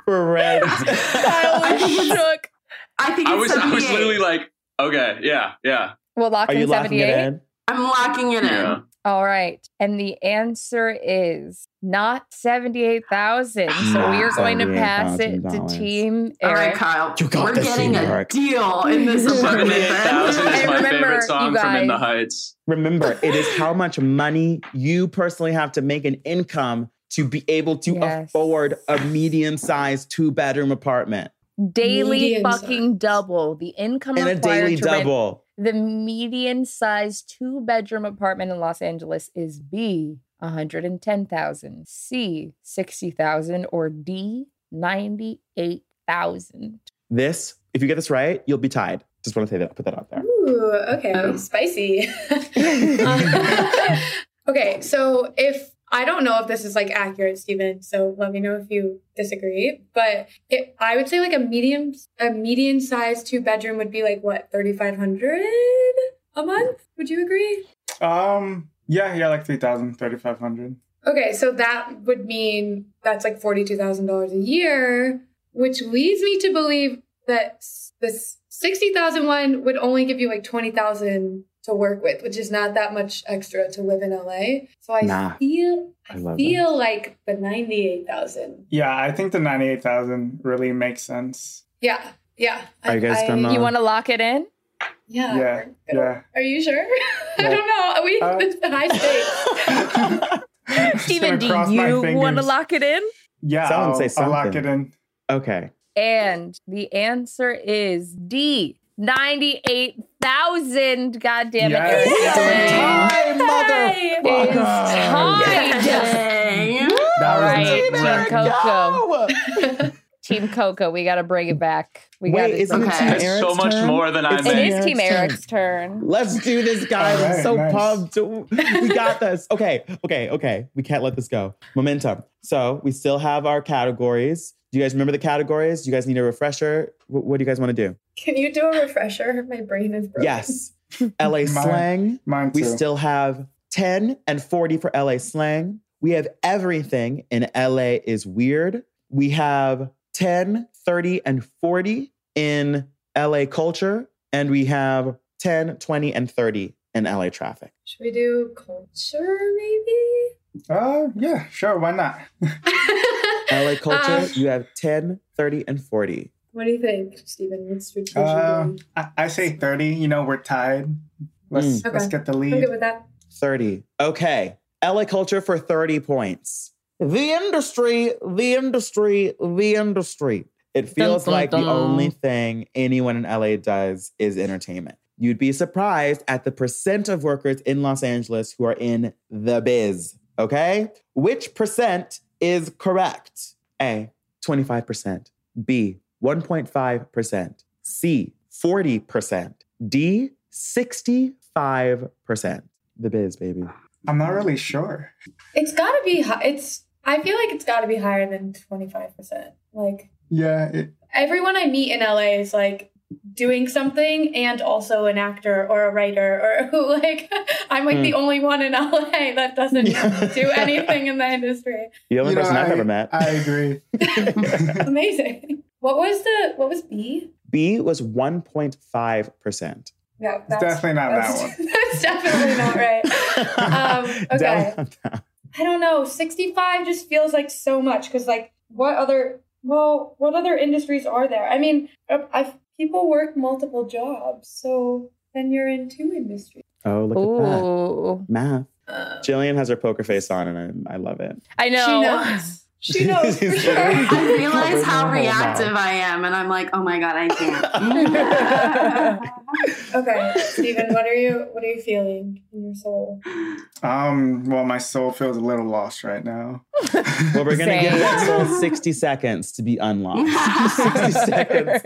for rent.
I was shook.
I think it's
I was I
78.
was literally like, okay, yeah, yeah.
We'll lock
Are you
in
laughing it
seventy-eight.
in?
I'm locking it in.
Yeah.
All right, and the answer is not seventy-eight thousand. So we are going to pass it to
$78,000.
Team
All right,
Eric.
Kyle.
You got
We're
this,
getting a
Eric.
deal in this apartment. then.
78,000 is
And
my
remember,
favorite
you
song from In the
guys-
Heights.
Remember, it is how much money you personally have to make an income to be able to
Yes.
afford a medium sized two bedroom apartment
Daily
Medium
fucking
size.
double. The income
and a
required
daily
to rent
double.
The median sized two bedroom apartment in Los Angeles is B, 110,000, C, 60,000, or D, 98,000.
This, if you get this right, you'll be tied. Just want to say that, put that out there.
Ooh, okay, spicy. okay, so if I don't know if this is like accurate, Stephen. So let me know if you disagree. But it, I would say like a medium, a median sized two bedroom would be like what thirty five hundred a month. Would you agree?
Um, yeah, yeah, like 3,000, 3,500.
Okay, so that would mean that's like forty two thousand dollars a year, which leads me to believe that s- this sixty thousand one would only give you like twenty thousand to work with, which is not that much extra to live in LA. So I
Nah.
feel
I love
feel like the ninety eight thousand.
Yeah, I think the 98,000 really makes sense.
Yeah, yeah.
Are you guys gonna-
You want to lock it in?
Yeah.
Yeah, yeah.
Are you sure? I
Yeah.
don't know. Are we
Uh,
it's the high stakes?
I'm just
Steven,
gonna
do
cross my
you want to
fingers.
lock it in?
Yeah,
Someone
I'll,
say
I'll lock
something.
it in.
Okay.
And the answer is D, 98,000. God damn it.
Yes.
It's
Hi, mother.
tied. It's tied.
Dang.
That
All
was
right,
a
Team
wreck.
Coco. Team Coco, we got to bring it back. We got
Wait,
to.
isn't
Okay.
it Team
That's
Eric's
so much
turn?
more than I
It's
It
made.
is Team
Eric's
Eric's turn.
Let's do this, guys. I'm
Alright,
so
nice.
pumped. We got this. Okay, okay, okay. We can't let this go. Momentum. So we still have our categories. Do you guys remember the categories? Do you guys need a refresher? Wh- what do you guys want to do?
Can you do a refresher? My brain is broken.
Yes. LA
Mine.
slang.
Mine too.
We still have 10 and 40 for LA slang. We have everything in LA is weird. We have 10, 30, and 40 in LA culture. And we have 10, 20, and 30 in LA traffic.
Should we do culture maybe?
Uh, yeah, sure, why not?
LA culture,
Um,
you have 10, 30, and 40.
what do you think, Stephen? What's your choice?
Uh, I, I say 30, you know, we're tied. Let's,
Mm.
let's
Okay.
get the
I'm
lead.
good with that.
30. Okay. LA culture for 30 points. The industry, the industry, the industry. It feels
dun,
like
dun.
the only thing anyone in LA does is entertainment. You'd be surprised at the percent of workers in Los Angeles who are in the biz, okay? Which percent is correct? A, 25%, B, 1.5%, C, 40%, D, 65%. The biz, baby.
Ah.
I'm not really sure.
It's got to be. Hi- it's. I feel like it's got to be higher than twenty five percent. Like
Yeah, it,
everyone I meet in LA is like doing something and also an actor or a writer or who like I'm like
Hmm.
the only one in LA that doesn't
Yeah.
do anything in the industry.
The only
You know,
person I've
I-
ever met.
I agree.
Amazing. What was the what was B?
B was 1.5%.
No,
It's definitely not that one.
That's definitely not right. Um, okay.
Down- down.
I don't know. 65 just feels like so much because, like, what other, well, what other industries are there? I mean, I- I've, people work multiple jobs. So then you're in two industries.
Oh, look at that.
Ooh.
Math.
Uh,
Jillian has her poker face on, and I, I love it.
I know.
She knows. She knows for
She's
sure.
I realize
Covering her
how
whole
reactive
mouth.
I am, and I'm like, oh my god, I can't.
Okay, Stephen, what are you, what are you feeling in your soul?
Um, well, my soul feels a little lost right now.
Well, we're gonna give
Same.
that soul 60 seconds to be unlocked. 60 seconds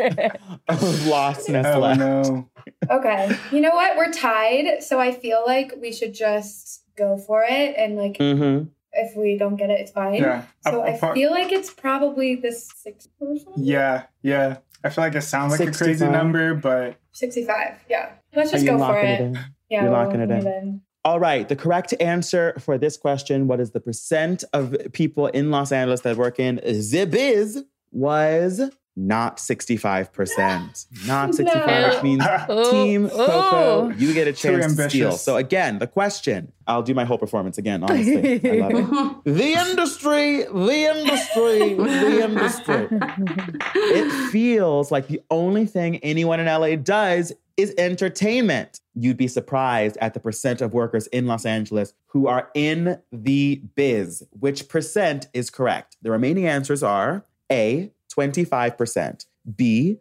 of lostness
oh
left.
no.
Okay, you know what? We're tied. So I feel like we should just go for it. And, like,
Mm-hmm.
if we don't get it, it's fine.
Yeah.
So
A-
I
apart-
feel like it's probably the 60
yeah, yeah. I feel like it sounds like a crazy
65.
number, but
65. Yeah. Let's
Are
just
you
go for
locking
it.
in?
yeah.
You're
we'll
locking it
leave
in. All right. The correct answer for this question, what is the percent of people in Los Angeles that work in the biz, was not 65%. Not 65, which means
Ooh,
Team Coco,
ooh.
you get a chance to
ambitious.
steal. So again, the question. I'll do my whole performance again, honestly. I love it. The industry, the industry, the industry. It feels like the only thing anyone in LA does is entertainment. You'd be surprised at the percent of workers in Los Angeles who are in the biz. Which percent is correct? The remaining answers are A, 25%, B,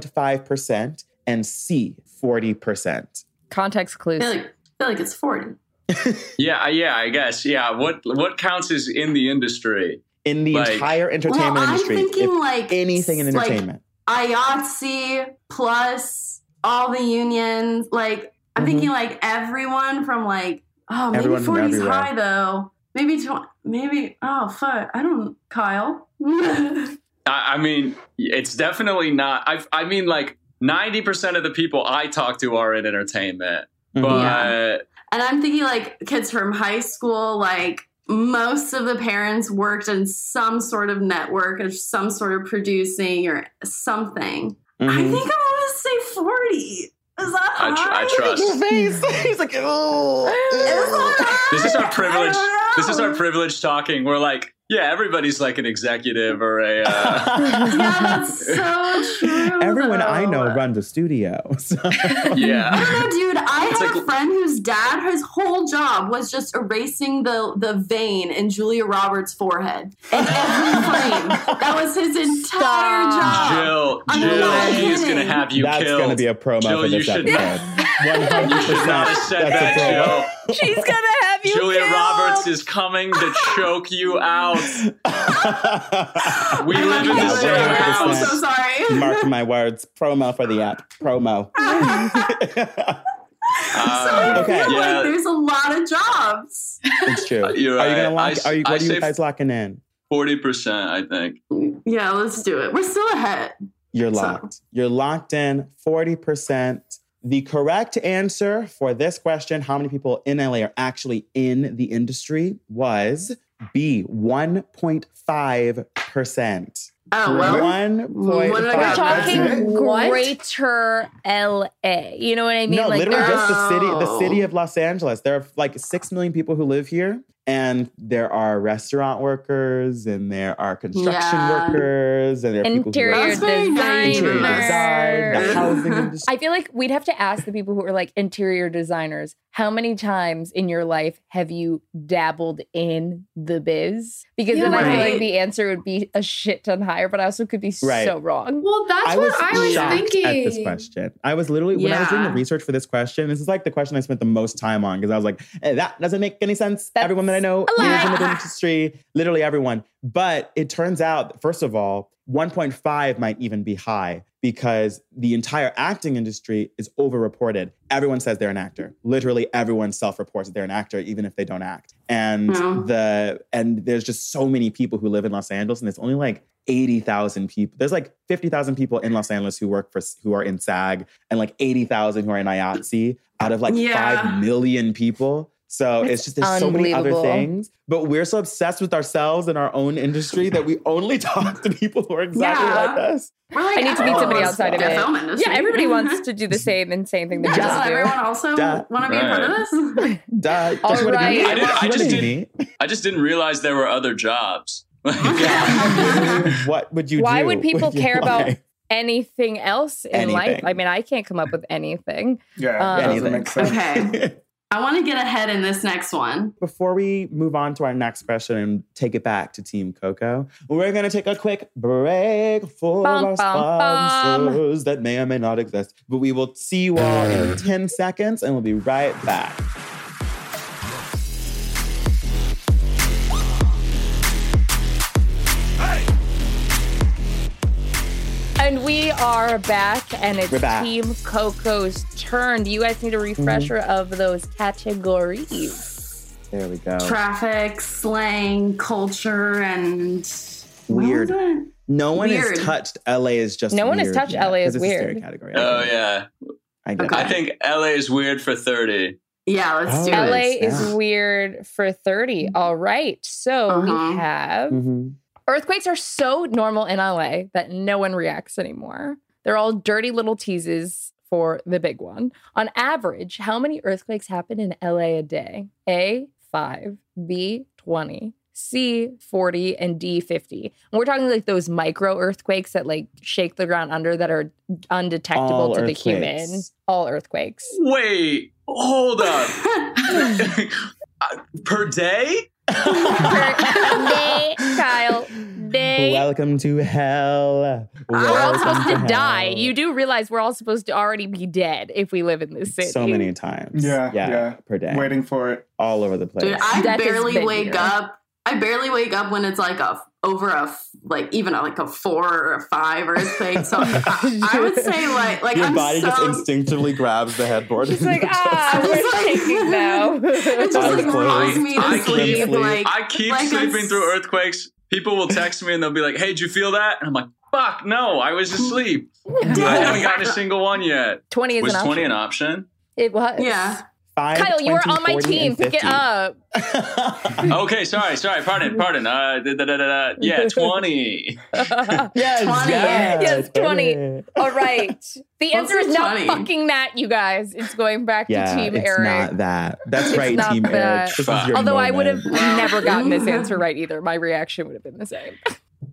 1.5%, and C, 40%.
Context
I
clues.
feel like, I feel like it's forty.
Yeah, I- yeah, I guess. Yeah, what what counts as in the industry?
In the
Like-
entire entertainment
Well, I'm
industry,
thinking
if
like
anything in
s- like,
entertainment.
IATSE plus all the unions. Like I'm
Mhm.
thinking like everyone from like oh maybe
Everyone from
40s
everywhere.
high though. Maybe tw- maybe oh fuck I don't Kyle.
I, I mean, it's definitely not. I I mean, like ninety percent of the people I talk to are in entertainment,
Mhm.
but
Yeah. And I'm thinking like kids from high school, like most of the parents worked in some sort of network or some sort of producing or something. I
Mhm.
think I'm gonna say 40. Is that
Mm-hmm. I, tr-
high?
I trust.
He's like,
Is
oh.
that high?
This is our privilege.
I don't
This is our
Oh.
know.
privilege talking. We're like, yeah, everybody's like an executive or a. Uh,
Yeah, that's so true.
Everyone I know
though.
runs a studio. so-
I
yeah.
don't know, dude. I
It's
had
like-
a friend whose dad, his whole job was just erasing the the vein in Julia Roberts' forehead in every frame. That was his entire job.
Jill,
I'm
Jill,
not
he is
kidding.
gonna have you
that's
killed.
gonna be a promo
Jill,
for
you
this
should-
episode. One
you
hundred
should not have said that, Jill.
She's going to have you.
Julia
killed.
Roberts is coming to choke you out.
Jill.
We
I'm
live
not
in the
kidding.
same
I'm
house.
so sorry.
Mark my words. Promo for the app. Promo.
So I
Um,
feel
Okay.
like
yeah,
there's a lot of jobs.
it's true. Are
You're
you gonna
right. Uh, I
lock?
s-
Are you?
I
What are
say
you
f-
guys locking in?
forty percent, I think.
Yeah, let's do it. We're still ahead.
You're
So-
locked. You're locked in 40%. The correct answer for this question, how many people in LA are actually in the industry, was B, 1.5%.
Oh well. What did I
We're
got?
One
That's
talking
it?
What?
greater LA. You know what I mean?
no,
like
literally
there
just the city, the
Oh.
city of Los Angeles. There are like six million people who live here, And there are restaurant workers, and there are construction
Yeah.
workers, and there are
Interior
That's
people who
very
are
nice.
interior design, the
designer.
housing industry.
I feel like we'd have to ask the people who are like interior designers, how many times in your life have you dabbled in the biz? Because then I feel
Right.
like the answer would be a shit ton higher, but I also could be
Right.
so wrong.
Well, that's
I was
what I was
shocked
thinking.
at this question. I was literally when I was doing the
Yeah.
research for this question. This is like the question I spent the most time on because I was like, "Eh, that doesn't make any sense.
That's
everyone that I know
a
is in the
lie.
industry, literally everyone. But it turns out, first of all, 1.5 might even be high because the entire acting industry is overreported. Everyone says they're an actor. Literally everyone self-reports that they're an actor, even if they don't act. And
Wow.
the and there's just so many people who live in Los Angeles, and it's only like 80,000 people. There's like 50,000 people in Los Angeles who work for who are in SAG and like 80,000 who are in IATSE E out of like
Yeah.
5 million people. So it's just there's so many other
unbelievable.
things, but we're so obsessed with ourselves and our own industry that we only talk to people who are exactly
Yeah.
like us.
We're like,
I need to meet
everyone
somebody
wants
outside of
the
it.
film industry.
Yeah, everybody wants to do the same insane thing
Yeah,
that you
does
just do.
everyone also
Yeah.
want to be a part of this?
Duh.
All
Just wanna be-
right. I
did- I
wanna
just
be
did-
me.
I just didn't realize there were other jobs.
What would you
Why
do
would people
with your
care about
life?
Anything else in life?
Anything.
I mean, I can't come up with anything.
Yeah,
Um,
it doesn't make sense.
okay. I want to get ahead in this next one.
Before we move on to our next question and take it back to Team Coco, we're going to take a quick break for
Bum,
our
bum, bum.
sponsors that may or may not exist. But we will see you all in 10 seconds and we'll be right back.
And we are back, and it's
We're back.
Team Coco's turn. Do you guys need a refresher
Mm-hmm.
of those categories?
There we go.
Traffic, slang, culture, and what
Weird.
was it?
No one
Weird.
has touched LA is just
No one has
weird
touched
yet,
LA is
'cause it's a scary
weird.
category.
Oh yeah,
I get it.
I think LA is weird for thirty.
Yeah, let's do
Oh.
it.
LA
is,
is
yeah. Mm-hmm.
weird for 30. All right. So
Uh-huh.
we have
Mhm.
earthquakes are so normal in LA that no one reacts anymore. They're all dirty little teases for the big one. On average, how many earthquakes happen in LA a day? A, 5, B, 20, C, 40, and D, 50. And we're talking like those micro earthquakes that like shake the ground under that are undetectable
All
to the
earthquakes.
human. All earthquakes.
Wait, hold up. per day?
Per day, Kyle. Day.
Welcome to hell.
we're all supposed to
Welcome
die.
hell.
You do realize we're all supposed to already be dead if we live in this city.
so many times.
Yeah,
yeah,
yeah.
per day,
Waiting for it.
all over the place.
Dude, I
Death has
barely
been
wake
here.
up. I barely wake up when it's like a over a f- like even a, like a four or a five earthquake. So I, I would say like like
Your
I'm
body
so
just instinctively grabs the headboard.
She's like, ah,
It's
we're
like-
shaking now.
it just
Eyes
like rocks
closed.
me to
I
sleep.
sleep.
Like
I keep
Like a
sleeping
s-
through earthquakes. People will text me and they'll be like, "Hey, did you feel that?" And I'm like, "Fuck, no, I was asleep.
"Ah."
I
Dang.
haven't gotten a single one yet."
20 is
Was
an option.
20 an option?
It was.
yeah,
Five,
Kyle, you were
20,
on my
40,
team.
and
Pick it
50.
up.
Okay, sorry, sorry. Pardon, pardon. Uh, da, da, da, da, da. Yeah, 20.
yes,
20.
Yes, 20.
thirty.
All right. The answer is not
20?
fucking that, you guys. It's going back
Yeah,
to Team
it's
Eric.
not that. That's
It's
right,
not
Team
that.
Eric. This is your
Although I would have
moment.
never gotten this answer right either. My reaction would have been the same.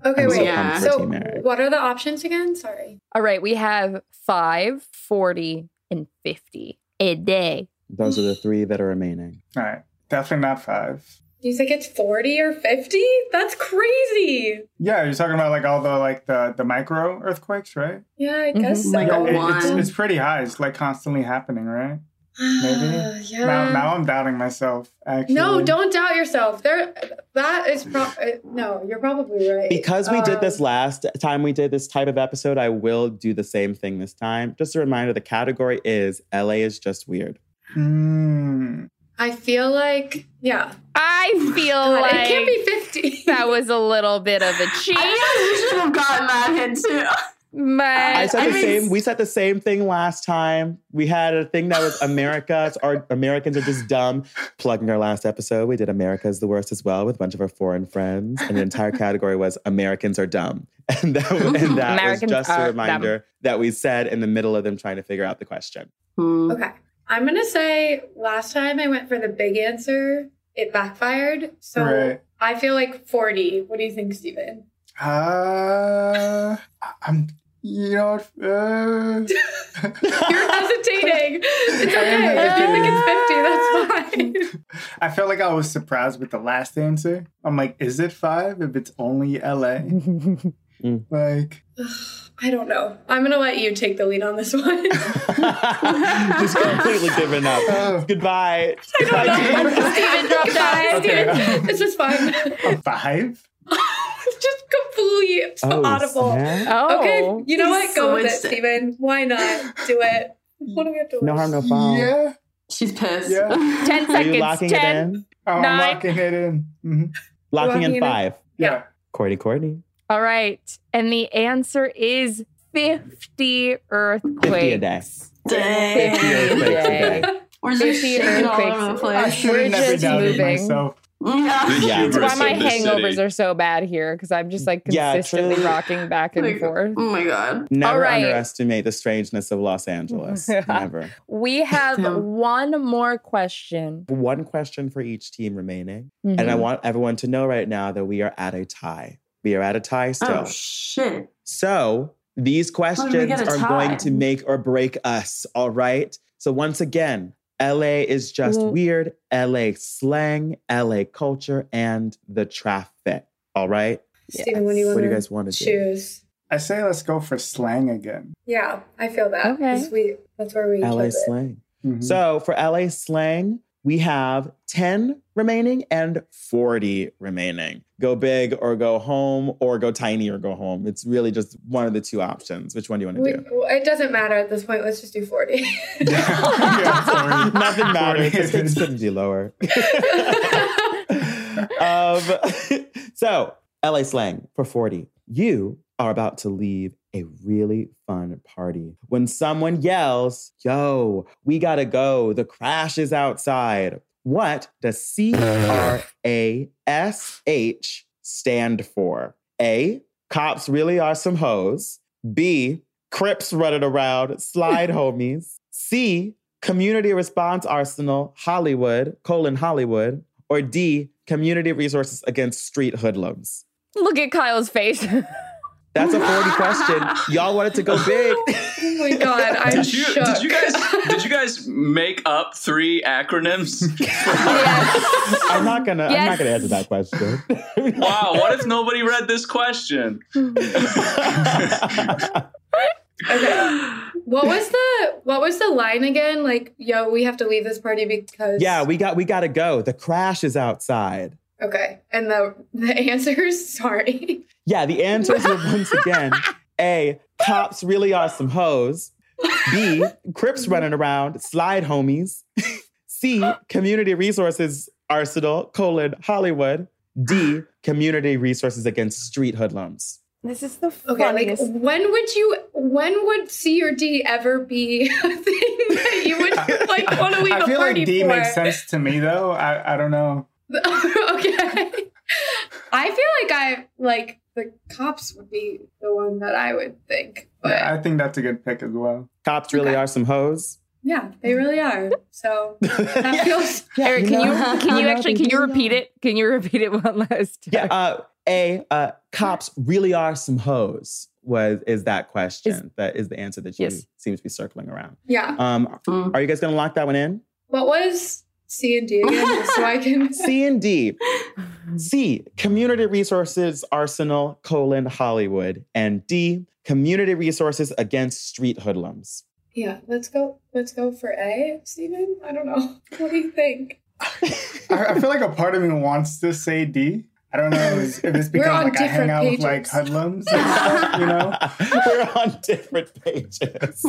Okay,
I'm
wait.
so
Yeah.
pumped for
So,
Team Eric.
what are the options again? Sorry.
All right, we have 5, 40, and 50 a day.
Those are the three that are remaining.
All right, definitely not five.
You think it's 40 or 50? That's crazy.
Yeah, you're talking about like all the like the the micro earthquakes, right?
Yeah,
Mm-hmm.
I guess so.
Like
Yeah,
a
it- it's,
one.
it's pretty high. It's like constantly happening, right? Maybe.
yeah.
Now, now I'm doubting myself. Actually,
no, don't doubt yourself. There, that is pro- uh, no. You're probably right.
Because we did this
Um,
last time we did this type of episode, I will do the same thing this time. Just a reminder the category is LA is just weird.
Mm.
I feel like yeah.
I feel
Oh,
God,
like
it can't be 50.
that was a little bit of a cheat.
I feel like we should have gotten that hit too.
I
But
said
I
the
mean-
same. We said the same thing last time. We had a thing that was America. Our Americans are just dumb. Plugging our last episode, we did America is the worst as well with a bunch of our foreign friends, and the entire category was Americans are dumb. And that, and that was
Americans
just
are
a
dumb.
reminder that we said in the middle of them trying to figure out the question.
Hmm.
okay. I'm gonna say last time I went for the big answer. it backfired. So
Right.
I feel like 40. What do you think, Steven?
Uh, I- I'm, you know, uh,
You're hesitating. It's
I am
okay. If you think it's 50, that's fine.
I felt like I was surprised with the last answer. I'm like, is it five if it's only LA?
Mm.
Like,
I don't know. I'm going to let you take the lead on this one.
Just completely given up. Goodbye.
Steven dropped out. Steven,
Okay.
this was fun.
a five?
Just complete audible.
Oh, snap.
Oh.
Okay, you know what? Go with it,
Switched it.
Steven. Why not do it? What do we have to
No
lose?
harm, no foul.
Yeah.
She's pissed.
Yeah.
Ten
Are you
seconds.
locking it
Ten.
in?
Oh,
Nine.
I'm locking it in.
Locking
Mhm.
Locking it
in
in.
five.
Yeah.
Courtney, Courtney.
All right. And the answer is 50 earthquakes.
50 a day.
Dang.
50 earthquakes a day.
We're just
50
shaking all
earthquakes.
over the
I
place.
should
We're
have never
just
doubted
moving.
myself.
Yeah.
Yeah.
That's why my
of this
hangovers
city.
are so bad here because I'm just like
Yeah,
consistently
truly.
rocking back and
Like-
forth.
Oh my god.
Never
right.
underestimate the strangeness of Los Angeles. Never.
We have
Yeah.
one more question.
One question for each team remaining. And I
Mm-hmm.
want everyone to know right now that we are at a tie. We are at a tie still.
Oh shit.
So these
we
questions
get a
are
tie?
going to make or break us. All right. So once again, LA is just
Mm.
weird, LA slang, LA culture, and the traffic. All right.
Steven, what do you
What
want
do you
to
guys want to do?
choose?
I say let's go for slang again.
Yeah, I feel that.
Okay.
'cause We, that's where we
LA
killed it.
slang.
Mhm.
So for LA slang, we have 10 remaining and 40 remaining. Go big or go home, or go tiny or go home. It's really just one of the two options. Which one do you want
We,
to do?
well, it doesn't matter at this point. Let's just do 40.
Yeah, sorry.
Nothing matters.
40
It's
is-
going to be lower.
Mm-hmm.
um, so, LA slang for 40. You are about to leave a really fun party when someone yells, Yo, we gotta go. The crash is outside. What does C R A S H stand for? A, cops really are some hoes. B, Crips running around, slide homies. C, community response arsenal, Hollywood, colon Hollywood. Or D, community resources against street hoodlums.
Look at Kyle's face.
That's a 40 question. Y'all wanted to go big.
oh my God. I'm
Did you,
shook.
did you guys did you guys make up three acronyms?
yes.
I'm not gonna I'm
Yes.
not gonna answer that question.
wow, what if nobody read this question?
Okay. What was the what was the line again? Like, yo, we have to leave this party because
yeah, we got we gotta go. The crash is outside.
Okay. And the the answers, sorry.
Yeah, the answers were once again A, cops really are some hoes. B, Crips running around, slide homies. C, community resources arsenal, colon, Hollywood. D, community resources against street hoodlums.
This is the
Okay,
funniest.
like when would you when would C or D ever be a thing that you would like want to leave
I
a
feel like
party
D
for?
makes sense to me though. I, I don't know.
okay. I feel like I like the cops would be the one that I would think. But
I think that's a good pick as well.
Cops really
Okay.
are some hoes.
yeah, they really are. So that feels
Eric,
you
can you
know,
can
you
you
know,
actually
they
can you
do
repeat
that.
it? Can you repeat it one last time?
Yeah, uh, A, uh, cops really are some hoes was is that question. that is the answer that you
Yes.
seem to be circling around.
yeah.
Um,
Mm.
are you guys gonna lock that one in?
What was C and D again? Just so I can
C and D. C, community resources arsenal colon Hollywood. And D, community resources against street hoodlums.
Yeah, let's go. Let's go for A, Steven. I don't know. What do you think?
I, I feel like a part of me wants to say D. I don't know if it's, if it's
We're
because
on
like I hang
different
out
pages.
with like hoodlums and stuff, you know.
We're on different pages.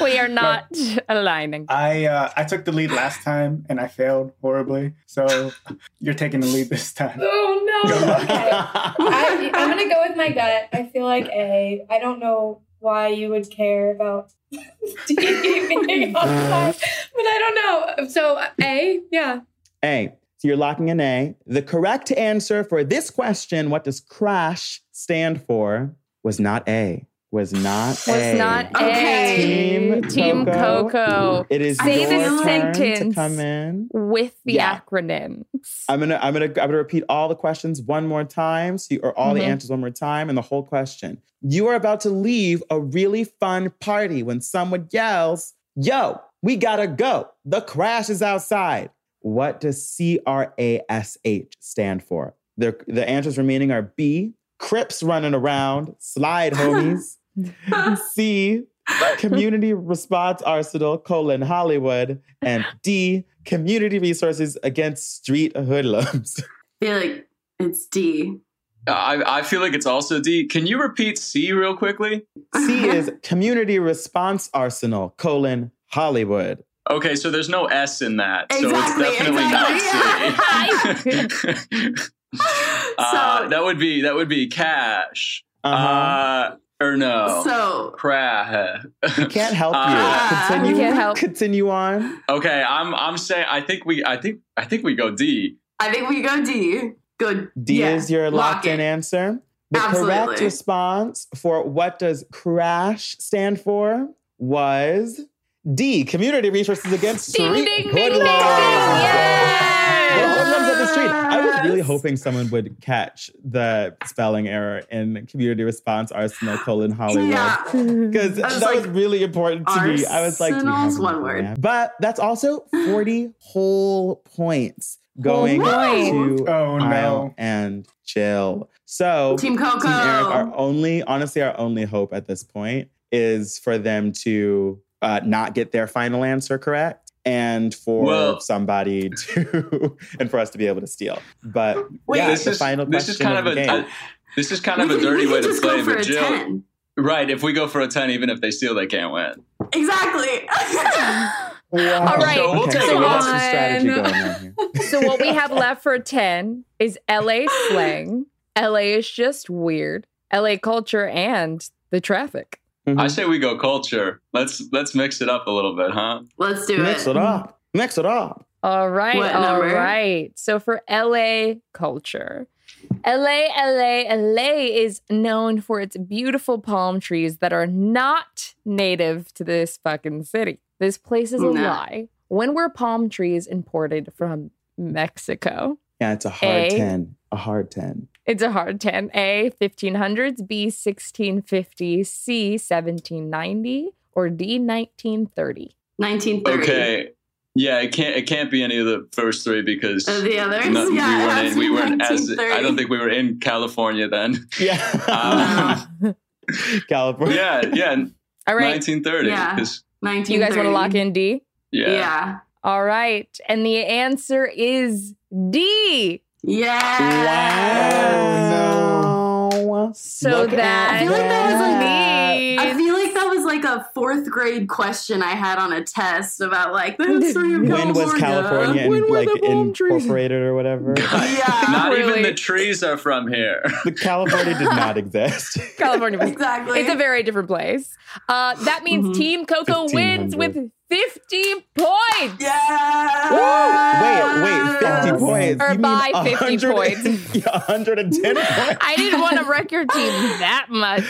we are not aligning.
I uh, I took the lead last time and I failed horribly. So you're taking the lead this time.
Oh no. Okay. I, I'm gonna go with my gut. I feel like A. I don't know why you would care about D being outside, but I don't know. So A, yeah.
A. So you're locking in A. The correct answer for this question, what does crash stand for, was not A. was not
Was
A.
not
Okay.
A.
Team
Team
Coco.
Coco.
It is
Say
your
the
turn to
sentence.
come in.
With the
Yeah.
acronyms.
I'm gonna, I'm gonna, I'm gonna repeat all the questions one more time, so you, or all the
Mhm.
answers one more time, and the whole question. You are about to leave a really fun party when someone yells, "Yo, we gotta go! The crash is outside." What does C R A S H stand for? The the answers remaining are B. Crips running around, slide homies. C. Community Response Arsenal, colon Hollywood, and D, Community Resources Against Street Hoodlums.
I feel like it's D.
I, I feel like it's also D. Can you repeat C real quickly?
C is Community Response Arsenal, colon Hollywood.
Okay, so there's no S in that, so it's
Exactly,
definitely
exactly.
not C. uh,
So-
that would be that would be cash.
Uh-huh.
Uh, or no,
So
Cra-
we can't help you.
Uh,
continue,
We can't help.
continue on.
Okay, I'm I'm saying I think we I think I think we go D.
I think we go D. Good.
D
yeah,
is your
lock
locked
it.
in answer. The correct
Absolutely.
response for what does crash stand for was D, Community Resources Against
Ding,
Street
ding, ding,
Hoodlums.
ding, ding. Yes!
The hoodlums of the street. I was really
Yes.
hoping someone would catch the spelling error in community response arsenal colon Hollywood.
Yeah.
Because
I
that
was like,
was really important to me. I was like, do we have
arsenal's
enough
one
of
word.
that? But that's also 40 whole points going
points.
to
Oh, no.
Kyle and Jill. So
Team Coco.
Team Eric, our only, honestly, our only hope at this point is for them to uh, not get their final answer correct and for
Well-
somebody to, and for us to be able to steal. But
Wait,
yeah,
this
the
is
final
this is
question
kind of,
the
a,
game.
a- this is kind
we
of a
can-
dirty
we
way
can
to
just go
play.
for
But
a
Jill,
10.
right? If we go for a ten, even if they steal, they can't win.
Exactly.
Oh,
Wow.
All right,
So we'll
Okay,
take
so
a
what's
loss.
the strategy
one.
going on here?
So what we have left for 10 is LA slang. LA is just weird. LA culture and the traffic.
I say we go culture. Let's let's mix it up a little bit, huh?
Let's do
Mix
it.
it up. Mix it up.
All right.
What
all right.
number?
So for LA culture, LA, LA, LA is known for its beautiful palm trees that are not native to this fucking city. This place is a
No.
lie. When were palm trees imported from Mexico?
Yeah, it's a hard
A.
10. A hard 10.
It's a hard 10. A, 1500s, B, 1650, C, 1790, or D, 1930.
1930.
Okay. Yeah, it can't it can't be any of the first three because
Of the others,
no-
yeah, it has to
we
be
weren't in, we weren't as
1930.
I don't think we were in California then.
Yeah.
Ah.
Um,
California.
yeah, yeah,
All right.
1930.
Yeah.
'cause-
You guys want to lock
1930.
in D?
yeah.
Yeah.
All right. And the answer is D.
Yeah.
Wow.
So
Look at
that
I feel like that was like-
means-
I feel like that was like a fourth grade question I had on a test about like the history of
when was California
When
in,
were
like
the palm trees?
incorporated or whatever?
Yeah,
Not even
really.
the trees are from here.
the California did not exist.
California. was-
Exactly.
it's a very different place. Uh, that means
Mhm.
Team Coco wins with 50 points.
yeah.
Wait, wait, 50 points.
Or
you
by
mean
50
100 110 points.
I didn't want to wreck your team that much.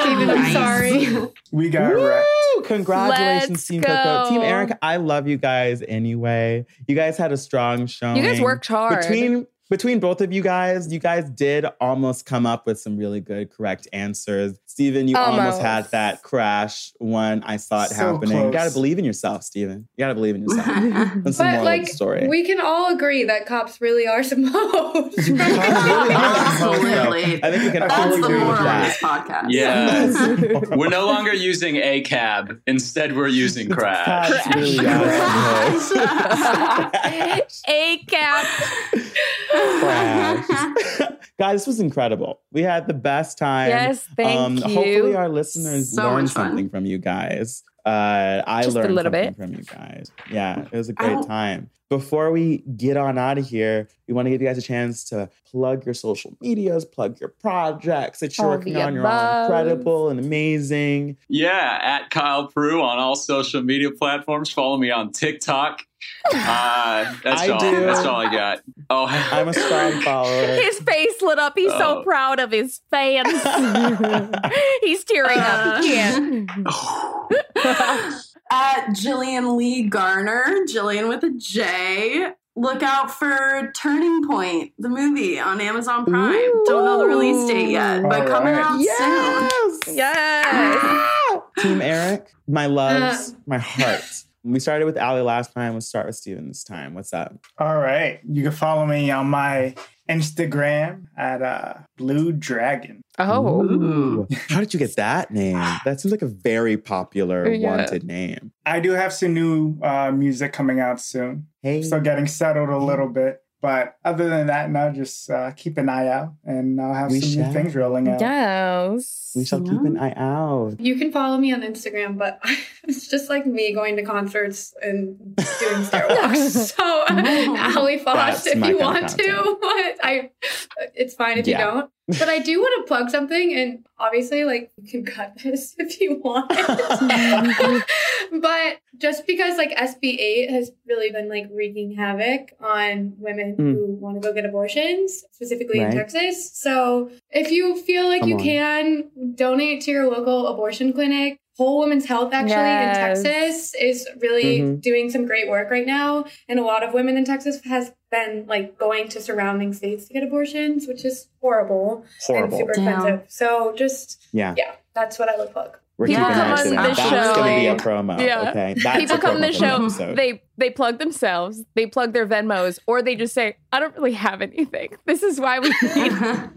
Steven, I'm sorry.
We got wrecked.
Woo! Congratulations,
Let's
Team Coco.
go.
Team Eric, I love you guys anyway. You guys had a strong show.
You guys worked hard.
Between between both of you guys, you guys did almost come up with some really good correct answers. Steven, you almost,
Almost.
had that crash one. I saw it
So
happening. You
close.
gotta believe in yourself, Steven. You gotta believe in yourself. That's the
But
moral
like,
of the story.
we can all agree that cops really are some hoes. right?
Really awesome.
Absolutely.
I think we can
That's
all
That's the
agree
moral
with
of this
that.
podcast.
Yeah.
Yes.
we're no longer using a cab. Instead, we're using crash.
That's really awesome.
A cap.
Guys, this was incredible. We had the best time.
Yes, thank you.
Um, Hopefully, our listeners
So
learned
much fun.
something from you guys. Uh, I
Just a
learned
little
something
bit.
from you guys. Yeah, it was a
Ow.
great time. Before we get on out of here, we want to give you guys a chance to plug your social medias, plug your projects that you're
All
working
the
on. You're
above.
all incredible and amazing.
Yeah, at Kyle Prue on all social media platforms. Follow me on TikTok. Uh, that's
I
all.
do.
That's all I got. Oh,
I'm a strong follower.
His face lit up. He's so
Oh.
proud of his fans. He's tearing up. He can't.
at Uh, Jillian Lee Garner, Jillian with a J. Look out for Turning Point, the movie on Amazon Prime. Don't know the release date yet, but
All
coming
right.
out soon.
Yes.
Yes. Uh.
Team Eric, my loves, my heart. We started with Ali last time. Let's start with Steven this time. What's up?
All right. You can follow me on my Instagram at uh, Blue Dragon.
Oh.
Ooh. How did you get that name? That seems like a very popular,
Yeah.
wanted name.
I do have some new uh, music coming out soon.
Hey.
Still getting settled a little bit. But other than that, now just uh, keep an eye out and I'll have
We
some
shall.
new things rolling out.
Yes.
we shall keep an eye out.
You can follow me on Instagram, but it's just like me going to concerts and doing stairwalks. so Allie Fosh,
That's
if
my
you
kind of
want to,
content.
but I, it's fine if
Yeah.
you don't. But I do want to plug something, and obviously, like you can cut this if you want. but just because like SB8 has really been like wreaking havoc on women
Mm.
who want to go get abortions, specifically
Right.
in Texas. So if you feel like
Come
you
on.
can donate to your local abortion clinic, Whole Women's Health actually
Yes.
in Texas is really
Mhm.
doing some great work right now, and a lot of women in Texas has been like going to surrounding states to get abortions, which is horrible, and
Horrible.
super
Damn.
expensive. So just
Yeah.
yeah, that's what I would plug.
We're
People
keeping
come
an eye
on
to that.
the
That's going to be a
show.
promo.
Yeah.
Okay. That's
People
a
come
promo
to the
for an
show.
episode.
They they plug themselves. They plug their Venmos, or they just say, "I don't really have anything." This is why we need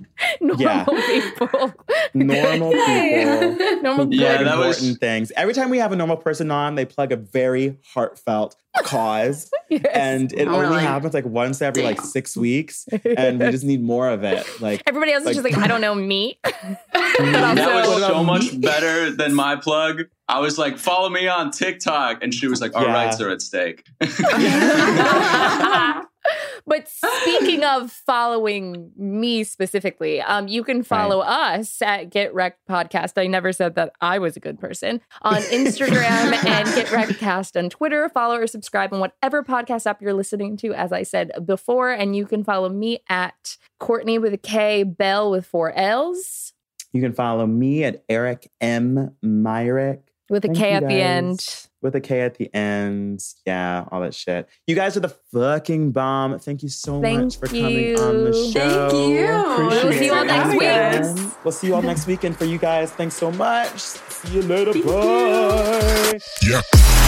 normal
Yeah.
people.
Normal people.
Normal.
who
Yeah,
plug
that was-
important things. Every time we have a normal person on, they plug a very heartfelt cause.
Yes.
And it
Oh,
only
really?
happens like once every like
Damn.
six weeks. And we just need more of it. Like
Everybody else is
Like-
just like, I don't know, me.
But
that
also-
was
What
so
about
much
me?
better than my plug. I was like, follow me on TikTok. And she was like, "Our
Yeah.
rights are at stake.
but speaking of following me specifically, um, you can follow us at Get Wrecked Podcast. I never said that I was a good person on Instagram and Get Wrecked Cast on Twitter. Follow or subscribe on whatever podcast app you're listening to, as I said before. And you can follow me at Courtney with a K, Bell with four L's,
You can follow me at Eric M. Myrick
with a K
Thank you
at the
guys.
end.
with a K at the end. Yeah, all that shit. You guys are the fucking bomb. Thank you so
Thank
much for coming on the
you.
show.
Thank you.
Appreciate
We'll see you all
it.
next
Thanks,
week.
guys. We'll see you all next weekend for you guys. Thanks so much. See you later. Bye.
Yeah.